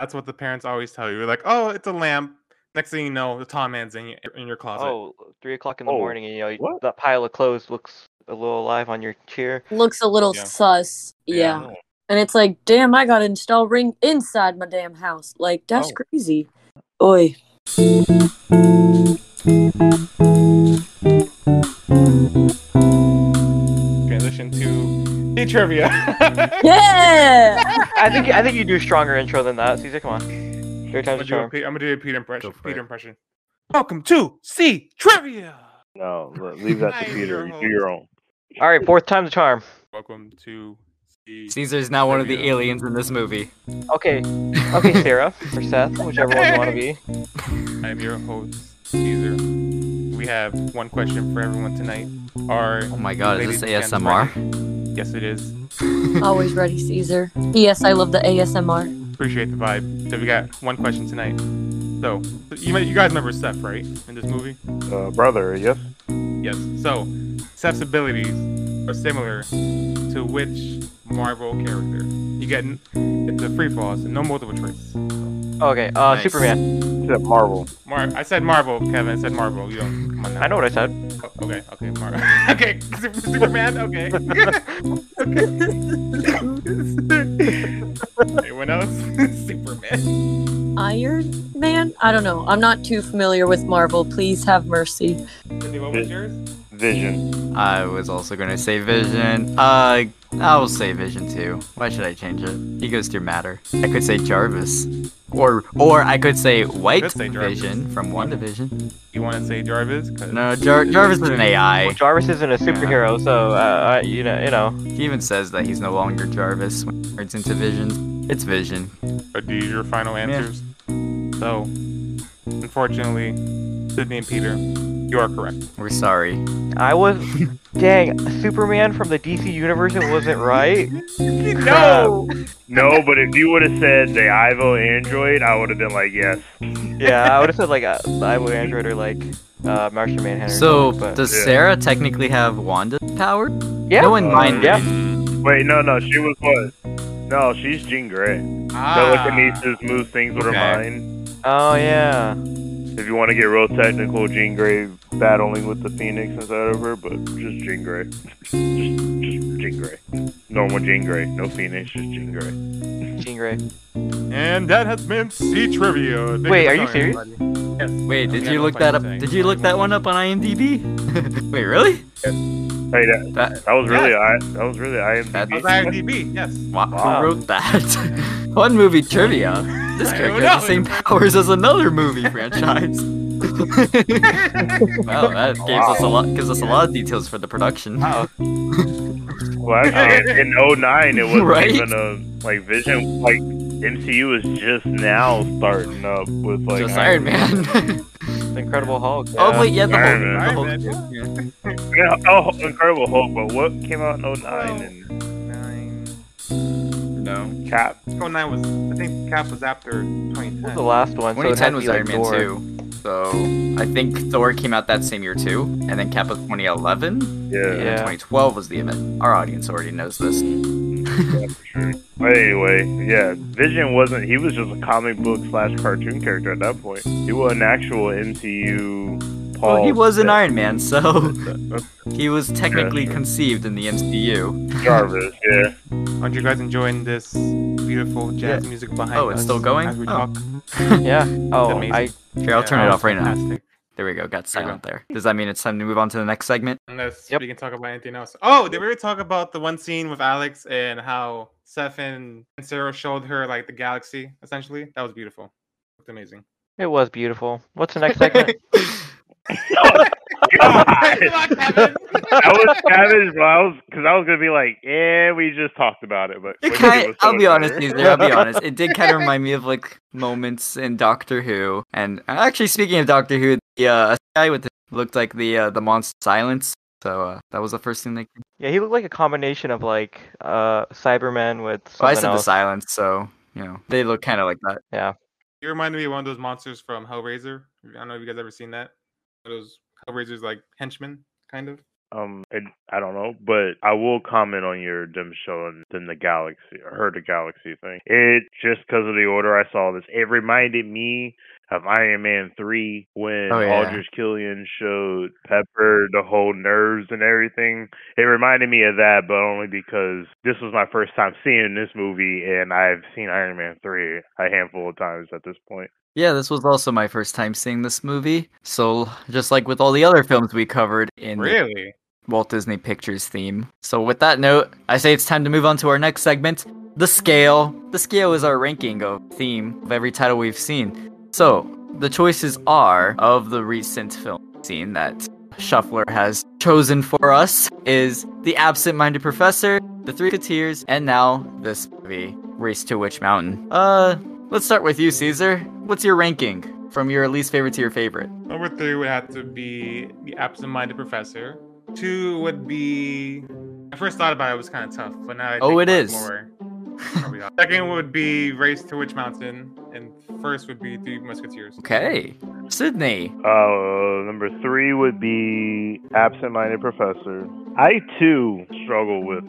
That's what the parents always tell you. You're like, oh, it's a lamp. Next thing you know, the tall man's in your, in your closet. Oh, three o'clock in the Oh, morning, and you know you- that pile of clothes looks a little alive on your chair. looks a little Yeah. sus. Yeah. Yeah. And it's like, damn, I got to install ring inside my damn house. Like, that's Oh. crazy. Oi. Transition to the trivia. yeah. I think I think you do a stronger intro than that, Caesar. Come on. Third time's I'm gonna a do a, charm. Pe- I'm gonna do a Peter impression. Peter impression. Welcome to C trivia. No, le- leave that to Peter. You do your own. All right, fourth time's a charm. Welcome to the Caesar's now one of the aliens in this movie. Okay. Okay, Sarah or Seth, whichever one you want to be. I am your host, Caesar. We have one question for everyone tonight. Are Oh my god, is ladies this and gents ASMR? ready? Yes, it is. Always ready, Caesar. Yes, I love the ASMR. Appreciate the vibe. So we got one question tonight. So you might, you guys remember Seth, right? In this movie. Uh, brother, yes? Yes. So Seth's abilities are similar to which Marvel character? You get it's a free fall, so no multiple choice. Okay, uh, Superman. Except Marvel. Mar- I said Marvel, Kevin. I said Marvel. You don't. Come on now. I know what I said. Oh, okay. Okay. Marvel. okay. Super- Superman. Okay. okay. Anyone else? Superman. Iron Man? I don't know. I'm not too familiar with Marvel. Please have mercy. Cindy, what was yours? Vision. I was also gonna say Vision. Uh, I will say Vision too. Why should I change it? He goes through matter. I could say Jarvis, or or I could say White could say Jarvis. Vision from One Division. You want to say Jarvis? 'Cause- No, Jar- Jarvis is an AI. Well, Jarvis isn't a superhero, so uh, I, you know, you know. He even says that he's no longer Jarvis when he turns into Vision. It's Vision. Are these your final answers? So, unfortunately, Sydney and Peter, you are correct. We're sorry. I was, dang, Superman from the DC universe. It wasn't right. no. No, but if you would have said the Ivo android, I would have been like, yes. Yeah, I would have said like uh, I would Android or like uh, Martian Manhunter. So but- does Sarah technically have Wanda's power? Yeah. No one mind. Yeah. Wait, no, no, she was what? No, she's Jean Grey. Ah, Telekinesis moves things with her okay. mind. Oh yeah. If you want to get real technical, Jean Grey battling with the Phoenix inside of her, but just Jean Grey. Just, just Jean Grey. Normal Jean Grey. No Phoenix, just Jean Grey. Jean Grey. And that has been C Trivia. Thank Wait, for are you coming, serious? everybody. Yes. Wait, did Okay, you no look that up? question. Did you look that one up on IMDb? Wait, really? Hey, that, That, that was really Yeah. I. That was really IMDb. that, How's IMDb? Yes. Wow, Wow. Who wrote that? One movie trivia. This I character don't has the know. same powers as another movie franchise. wow, that gives us a lot gives us a lot of details for the production. Wow. Well, I mean, in 09, it wasn't Right? even a like Vision. Like MCU is just now starting up with like Just Iron Man. The Incredible Hulk. Oh yeah. wait, yeah, the Iron whole, Man. the whole Iron Man. Yeah, oh, Incredible Hulk, but what came out in 09 Oh. and Nine. no. Cap? Oh, nine was. I think Cap was after 2010. What was the last one? So it 2010 had to was be, like, Iron Man Thor. 2. So I think Thor came out that same year too, and then Cap was 2011. Yeah, And Yeah. 2012 was the event. Our audience already knows this. yeah, for sure. But anyway, yeah, Vision wasn't. He was just a comic book slash cartoon character at that point. He was an actual MCU. Paul Well, he was an Bettany. Iron Man, so he was technically conceived in the MCU. Jarvis, yeah. Aren't you guys enjoying this beautiful jazz music behind Oh, us? it's still going? As we Oh. talk. Yeah. Oh, amazing. I Here, I'll Yeah, turn it that off was right now. fantastic. There we go. Got There you silent there. Does that mean it's time to move on to the next segment? Unless Yep. we can talk about anything else. Oh, did we ever talk about the one scene with Alex and how Seth and and Sarah showed her like the galaxy essentially? That was beautiful. Looked amazing. it was beautiful. What's the next segment? Come on, Kevin. I was savage, but I was because I was gonna be like, yeah, we just talked about it, but It we kind did of, was so I'll be much honest, better. Caesar, I'll be honest. It did kind of remind me of like moments in Doctor Who. And actually, speaking of Doctor Who, the uh, guy with the, looked like the uh, the monster silence. So uh, that was the first thing they. yeah, he looked like a combination of like uh Cyberman with Oh, I something said the else. silence, so you know they look kind of like that. You reminded me of one of those monsters from Hellraiser. I don't know if you guys ever seen that. Those Hellraisers like henchmen, kind of. Um, and I don't know, but I will comment on your them showing them the galaxy, or her the galaxy thing. It just because of the order I saw this, it reminded me of Iron Man three when Oh, yeah. Aldrich Killian showed Pepper the whole nerves and everything. It reminded me of that, but only because this was my first time seeing this movie, and I've seen Iron Man three a handful of times at this point. Yeah, this was also my first time seeing this movie. So just like with all the other films we covered in the Really? Walt Disney Pictures theme. So, with that note, I say it's time to move on to our next segment The Scale. The Scale is our ranking of theme of every title we've seen. So, the choices are of the recent film scene that Shuffler has chosen for us is The Absent Minded Professor, The Three Coteers, and now this movie, Race to Witch Mountain. Uh, let's start with you, Caesar. What's your ranking from your least favorite to your favorite? Number three would have to be the absent-minded professor. Two would be. I first thought about it, it was kind of tough, but now I Oh, it think about is. more. There we go. Second would be race to Witch Mountain, and first would be Three Musketeers. Okay. Sydney. Uh, number three would be absent-minded professor. I too struggle with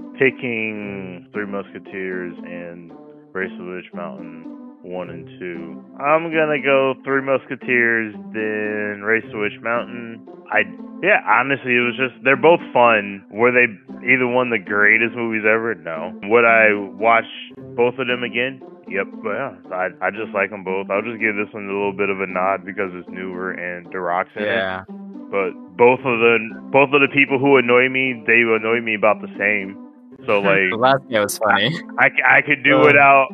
picking Three Musketeers and Race of Witch Mountain one and two. I'm gonna go Three Musketeers, then Race to Witch Mountain. I yeah, honestly, it was just they're both fun. Were they either one the greatest movies ever? No. Would I watch both of them again? Yep. But yeah, I I just like them both. I'll just give this one a little bit of a nod because it's newer and The Rock's in Yeah. it. But both of the both of the people who annoy me, they annoy me about the same. So like the last guy was funny. I, c- I could do Um, without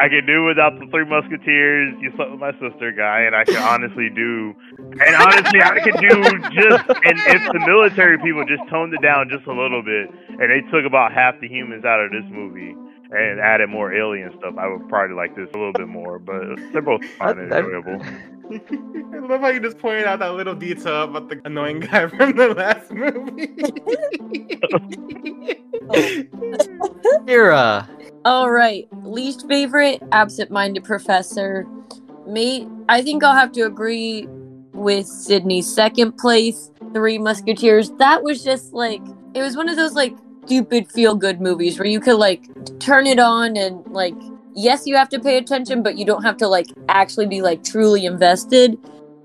I could do without the Three Musketeers, You Slept with My Sister guy, and I could honestly do, and honestly I could do just and if the military people just toned it down just a little bit, and they took about half the humans out of this movie and added more alien stuff, I would probably like this a little bit more. But they're both fun and enjoyable. I love how you just pointed out that little detail about the annoying guy from the last movie. Kira. All right. Least favorite absent-minded professor. Me, I think I'll have to agree with Sydney. Second place, Three Musketeers. That was just like it was one of those like stupid feel-good movies where you could like turn it on and like yes, you have to pay attention, but you don't have to like actually be like truly invested.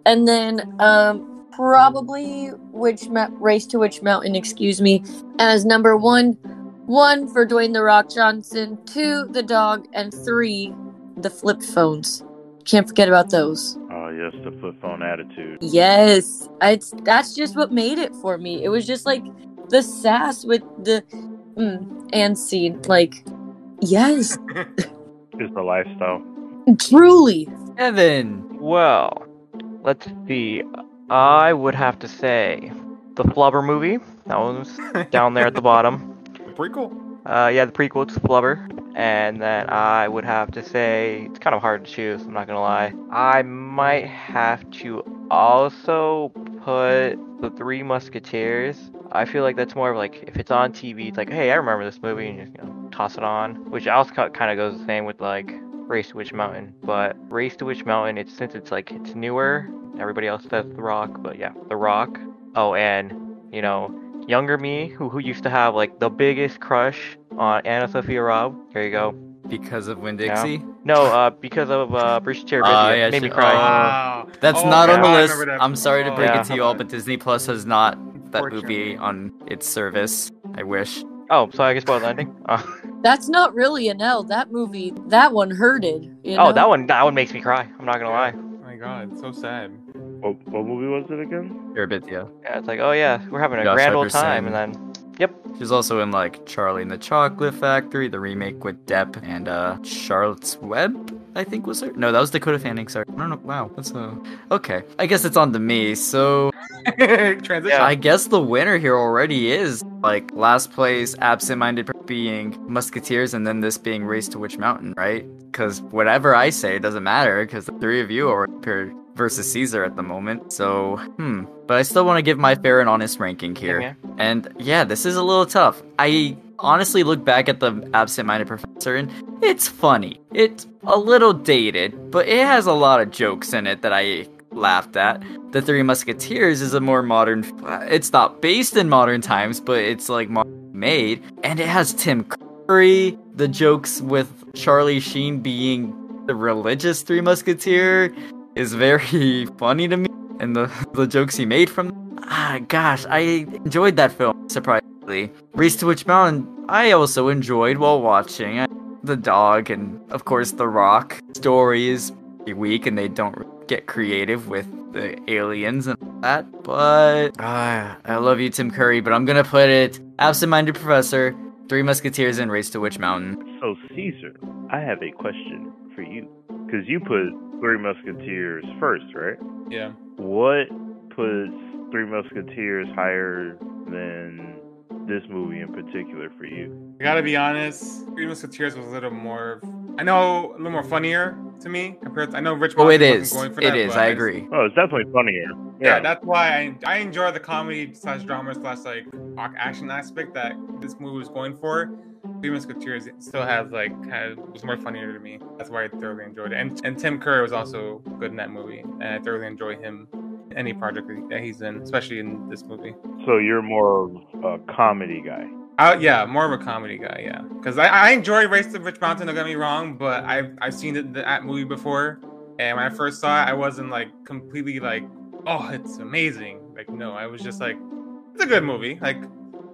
And then um probably which ma- race to which mountain, excuse me, as number 1 one for Dwayne the Rock Johnson, two the dog, and three the flip phones. Can't forget about those. Oh yes, the flip phone attitude. Yes, it's that's just what made it for me. It was just like the sass with the mm, and scene. Like, yes, It's the lifestyle. truly. Evan. Well, let's see. I would have to say the Flubber movie. That one was down there at the bottom. Prequel. Uh, yeah, the prequel to Flubber. And then I would have to say it's kind of hard to choose. I'm not gonna lie. I might have to also put the Three Musketeers. I feel like that's more of like if it's on TV, it's like, hey, I remember this movie, and you just you know, toss it on. Which also kind of goes the same with like Race to Witch Mountain. But Race to Witch Mountain, it's since it's like it's newer. Everybody else says The Rock, but yeah, The Rock. Oh, and you know, younger me who who used to have like the biggest crush on Anna Sophia Robb. Here you go. Because of Win Yeah. Dixie? No, uh, because of uh, Bruce Cherubini. Oh, it yeah, made me she- cry. Ah. oh. That's Oh, not on the yeah. list. I'm sorry to break Yeah. it to you all, but Disney Plus has not that movie on its service. I wish. Oh, so I guess spoiled ending. Uh, That's not really an L. That movie, that one hurted. You know? Oh, that one that one makes me cry. I'm not gonna lie. Oh my god, it's so sad. What, what movie was it again? Terabithia. Yeah, it's like, oh yeah, we're having a Josh grand old Hutcherson. time, and then yep. She's also in like Charlie and the Chocolate Factory, the remake with Depp and uh Charlotte's Web, I think was her. No, that was Dakota Fanning. Sorry, I don't know. Wow, that's a okay. I guess it's on to me. So Transition. I guess the winner here already is like last place, absent-minded being Musketeers, and then this being Race to Witch Mountain, right? Because whatever I say doesn't matter because the three of you are paired versus Caesar at the moment. So hmm, but I still want to give my fair and honest ranking here. Yeah. And yeah, this is a little tough. I honestly look back at the absent-minded professor and it's funny. It's a little dated, but it has a lot of jokes in it that I laughed at. The Three Musketeers is a more modern it's not based in modern times, but it's like modern made and it has Tim Curry, the jokes with Charlie Sheen being the religious Three Musketeer is very funny to me and the the jokes he made from ah, gosh, I enjoyed that film surprisingly. Race to Witch Mountain, I also enjoyed while watching. I- the dog and of course the rock story is pretty weak, and they don't really get creative with the aliens and all that. But ah, I love you, Tim Curry, but I'm gonna put it absent-minded professor, Three Musketeers, and Race to Witch Mountain. So, Caesar, I have a question for you. Because you put Three Musketeers first, right? Yeah. What puts Three Musketeers higher than this movie in particular for you? I gotta be honest, Three Musketeers was a little more, I know, a little more funnier to me compared to, I know Rich Oh, it Watson wasn't is. going for It that, is. but I just- agree. Oh, it's definitely funnier. yeah. that's why I, I enjoy the comedy slash drama slash like ac- action aspect that this movie was going for. Three Musketeers still has like kind of was more funnier to me. That's why I thoroughly enjoyed it. And and Tim Curry was also good in that movie, and I thoroughly enjoy him in any project that he's in, especially in this movie. So you're more of a comedy guy. I, yeah, more of a comedy guy, yeah. Because I, I enjoy Race to Rich Mountain, don't get me wrong, but I've, I've seen it, that movie before. And when I first saw it, I wasn't like completely like, oh, it's amazing. Like, no, I was just like, it's a good movie. Like,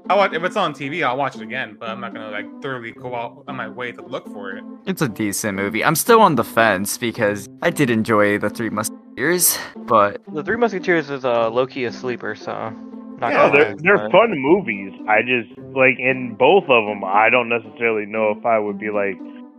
I watch, if it's on TV, I'll watch it again, but I'm not going to like thoroughly go out on my way to look for it. It's a decent movie. I'm still on the fence because I did enjoy the Three Musketeers, but The Three Musketeers is a low key a sleeper, so not yeah, gonna they're lie, they're but- fun movies. I just like in both of them. I don't necessarily know if I would be like,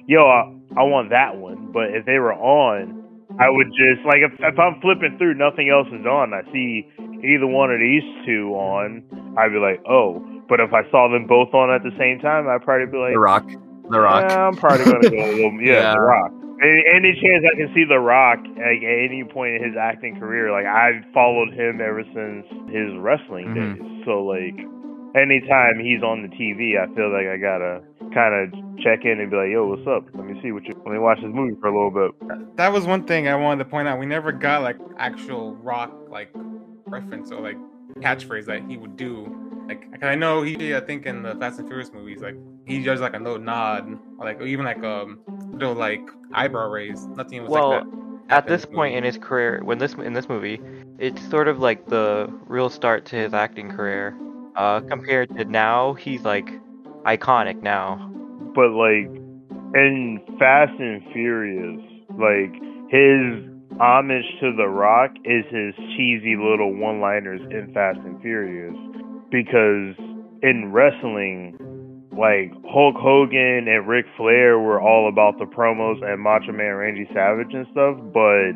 yo, I, I want that one. But if they were on, I would just like if if I'm flipping through, nothing else is on. I see either one of these two on, I'd be like, oh. But if I saw them both on at the same time, I'd probably be like, The Rock. The Rock. "Yeah, I'm probably gonna go, with them." yeah, Yeah. The Rock. Any, any chance I can see The Rock like, at any point in his acting career, like I've followed him ever since his wrestling Mhm. days. So like, anytime he's on the TV, I feel like I gotta kind of check in and be like, "Yo, what's up? Let me see what you. Let me watch this movie for a little bit." That was one thing I wanted to point out. We never got like actual rock like reference or like catchphrase that he would do. Like 'cause I know he, did, I think in the Fast and Furious movies, like he does like a little nod, or, like or even like um little like eyebrow raise. Nothing was well, like that. at this point in his career, when this in this movie, it's sort of like the real start to his acting career. Uh, compared to now, he's like iconic now. But like in Fast and Furious, like his homage to The Rock is his cheesy little one-liners in Fast and Furious because in wrestling, like Hulk Hogan and Ric Flair were all about the promos and Macho Man Randy Savage and stuff, but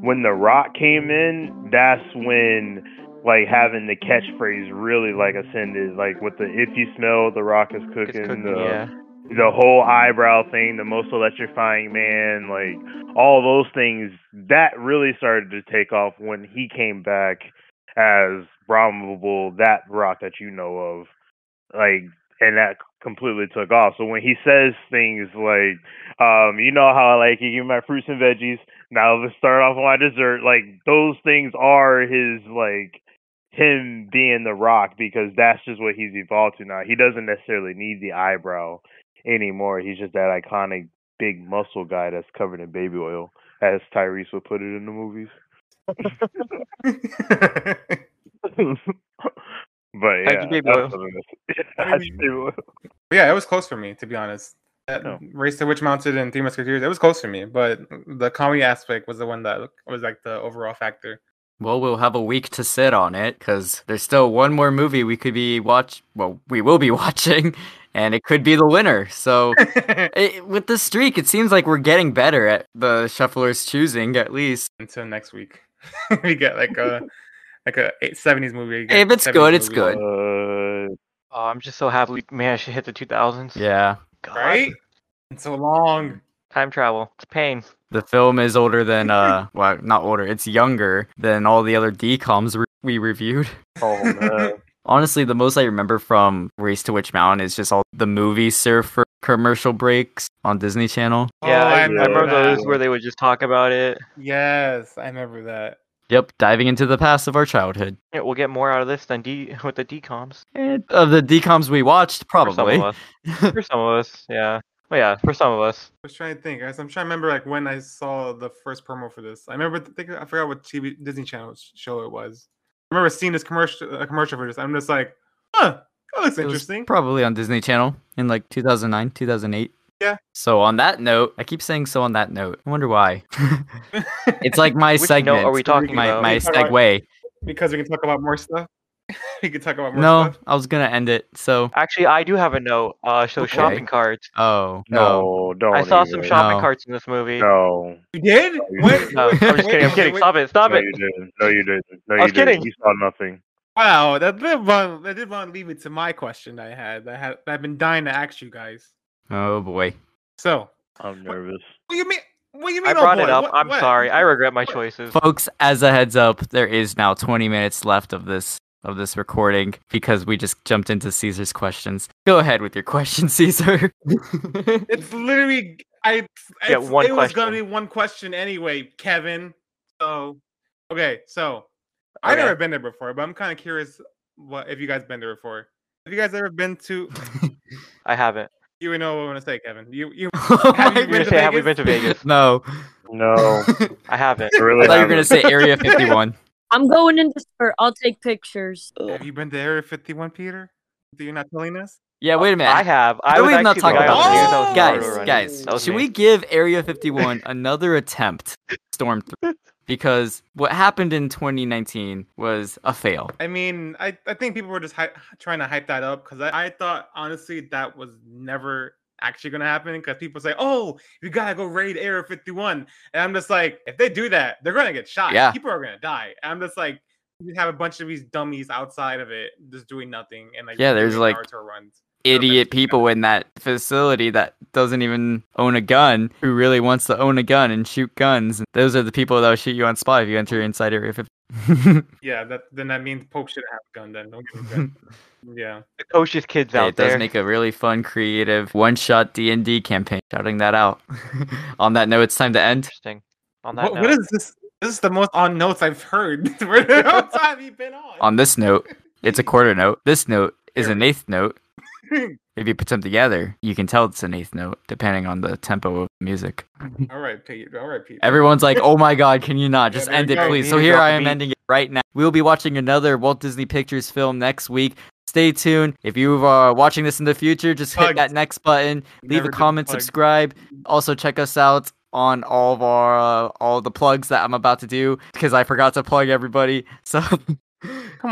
when The Rock came in, that's when like having the catchphrase really like ascended, like with the if you smell the rock is cooking, the, yeah. the whole eyebrow thing, the most electrifying man, like all those things that really started to take off when he came back as Bromable, that rock that you know of. Like and that completely took off. So when he says things like, um, you know how I like you give me my fruits and veggies. Now let's start off with my dessert. Like those things are his like him being the rock because that's just what he's evolved to now. He doesn't necessarily need the eyebrow anymore. He's just that iconic big muscle guy that's covered in baby oil, as Tyrese would put it in the movies. but Thank you, yeah, baby that's oil. what it is. I That's baby oil. But yeah, it was close for me to be honest. That Oh. race to Witch Mountain and Three Musketeers, it was close for me, but the comedy aspect was the one that was like the overall factor. well, we'll have a week to sit on it because there's still one more movie we could be watch. Well, we will be watching, and it could be the winner. So, it, with this streak, it seems like we're getting better at the shufflers choosing, at least. Until next week, we get like a like a eight- 70s movie. we get If it's 70s good, it's movie. good. Uh, Oh, I'm just so happy we managed to hit the 2000s. Yeah, God, right? It's so long. Time travel. It's pain. the film is older than uh, well, not older. It's younger than all the other DComs re- we reviewed. Oh man. Honestly, the most I remember from Race to Witch Mountain is just all the movie surfer commercial breaks on Disney Channel. Yeah, I, I Oh, remember remember that. those where they would just talk about it. Yes, I remember that. Yep, diving into the past of our childhood. Yeah, we'll get more out of this than D with the DComs. Of the DComs we watched, For probably. some of us. for some of us, yeah. Well, yeah, for some of us. I was trying to think. guys. I'm trying to remember like when I saw the first promo for this. I remember think I forgot what TV Disney Channel sh- show it was. I remember seeing this commercial a commercial for this. I'm just like, huh, that looks It was interesting. probably on Disney Channel in like 2009, 2008. Yeah. So on that note, I keep saying so on that note. I wonder why. it's like my Which note segment. are we talking my, about? My We talking about- segue. because we can talk about more stuff. you can talk about more No, stuff. I was gonna end it. So actually, I do have a note. Uh, so Okay. shopping carts. Oh No, don't. I saw some even. shopping No. carts in this movie. No. You did? What? No, I'm just kidding. I'm kidding. Stop it. Stop no, it. you didn't. No, you didn't. No, I you was didn't. kidding. You saw nothing. Wow, that did want that did want to lead me to my question I had that had that I've been dying to ask you guys. Oh boy. So I'm nervous. What do you mean? What do you mean? I oh brought it boy? up. What- I'm what? sorry. I regret my choices. Folks, as a heads up, there is now 20 minutes left of this of this recording because we just jumped into Caesar's questions. Go ahead with your question, Caesar. It's literally I. Yeah, it's- one it was gonna question. be one question anyway, Kevin. So okay, so I've Okay. never been there before, but I'm kind of curious what if you guys been there before. Have you guys ever been to? I haven't. You would know what I'm gonna say, Kevin. You you have you You're gonna say, have we been to Vegas? No. No. Oh, I haven't. I really I thought you were haven't. gonna say Area 51. I'm going into store. I'll take pictures. Have you been to Area 51, Peter? Do you not telling us? Yeah, wait a minute. I have. I No, was we have not actually talked the guy about on the news that was this. Guys, in Naruto running. guys, That was should me. we give Area 51 another attempt, Storm 3? Because what happened in 2019 was a fail. I mean, I, I think people were just hy- trying to hype that up because I, I thought honestly that was never actually gonna happen because people say, "Oh, you gotta go raid Area 51," and I'm just like, if they do that, they're gonna get shot. Yeah. people are gonna die. And I'm just like, you have a bunch of these dummies outside of it just doing nothing and like Yeah, there's doing like Naruto runs. idiot people in that facility that doesn't even own a gun who really wants to own a gun and shoot guns. Those are the people that will shoot you on spot if you enter inside Area 50. Yeah, that then that means Pope should have a gun. Then don't give a gun. yeah. The Koshi's kids Hey, out it does there. make a really fun, creative one-shot D and D campaign. Shouting that out. on that note, it's time to end. Interesting. On that What, what note. is this? This is the most on notes I've heard. Where the hell time you been on? On this note, it's a quarter note. This note is an eighth note. If you put them together, you can tell it's an eighth note depending on the tempo of music. All right, Pete. All right, Pete. Everyone's like, "Oh my God, can you not Yeah, just there end you it, go. please?" You So need to here drop I the am beat. ending it right now. We'll be watching another Walt Disney Pictures film next week. Stay tuned. If you are watching this in the future, just hit Plugs. that next button, leave Never a did the comment, plugs. subscribe. Also, check us out on all of our uh, all the plugs that I'm about to do because I forgot to plug everybody. So, Come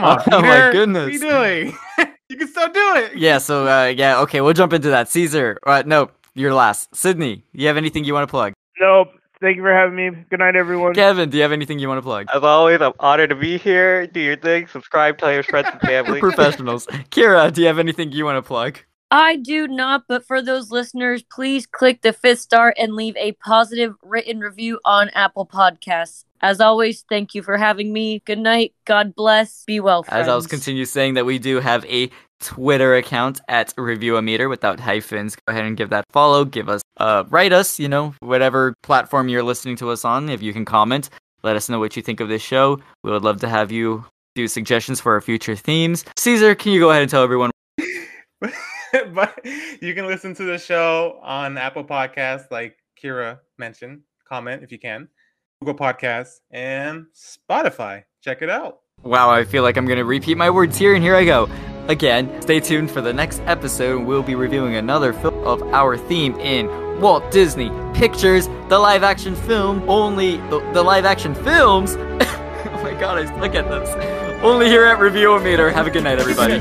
on, oh my Peter, goodness, What are you doing? you can still do it. yeah. So uh, yeah, okay, we'll jump into that. Caesar, uh, no, you're last. Sydney, do you have anything you want to plug? Nope. Thank you for having me. Good night, everyone. Kevin, do you have anything you want to plug? As always, I'm honored to be here. Do your thing. Subscribe. Tell your friends and We're family. professionals. Kira, do you have anything you want to plug? I do not, but for those listeners, please click the fifth star and leave a positive written review on Apple Podcasts. As always, thank you for having me. Good night. God bless. Be well, friends. As I was continue saying that we do have a Twitter account at review a meter without hyphens. Go ahead and give that follow. Give us uh write us, you know, whatever platform you're listening to us on. If you can comment, let us know what you think of this show. We would love to have you do suggestions for our future themes. Caesar, can you go ahead and tell everyone but you can listen to the show on Apple Podcasts, like Kira mentioned. Comment if you can. Google Podcasts and Spotify. Check it out. Wow, I feel like I'm gonna repeat my words here, and here I go. Again, stay tuned for the next episode. We'll be reviewing another film of our theme in Walt Disney Pictures, the live action film, only the, the live action films. oh my god, I look at this. Only here at Review Meter. Have a good night, everybody.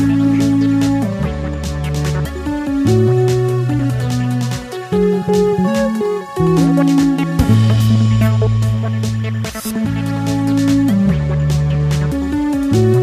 Thank you.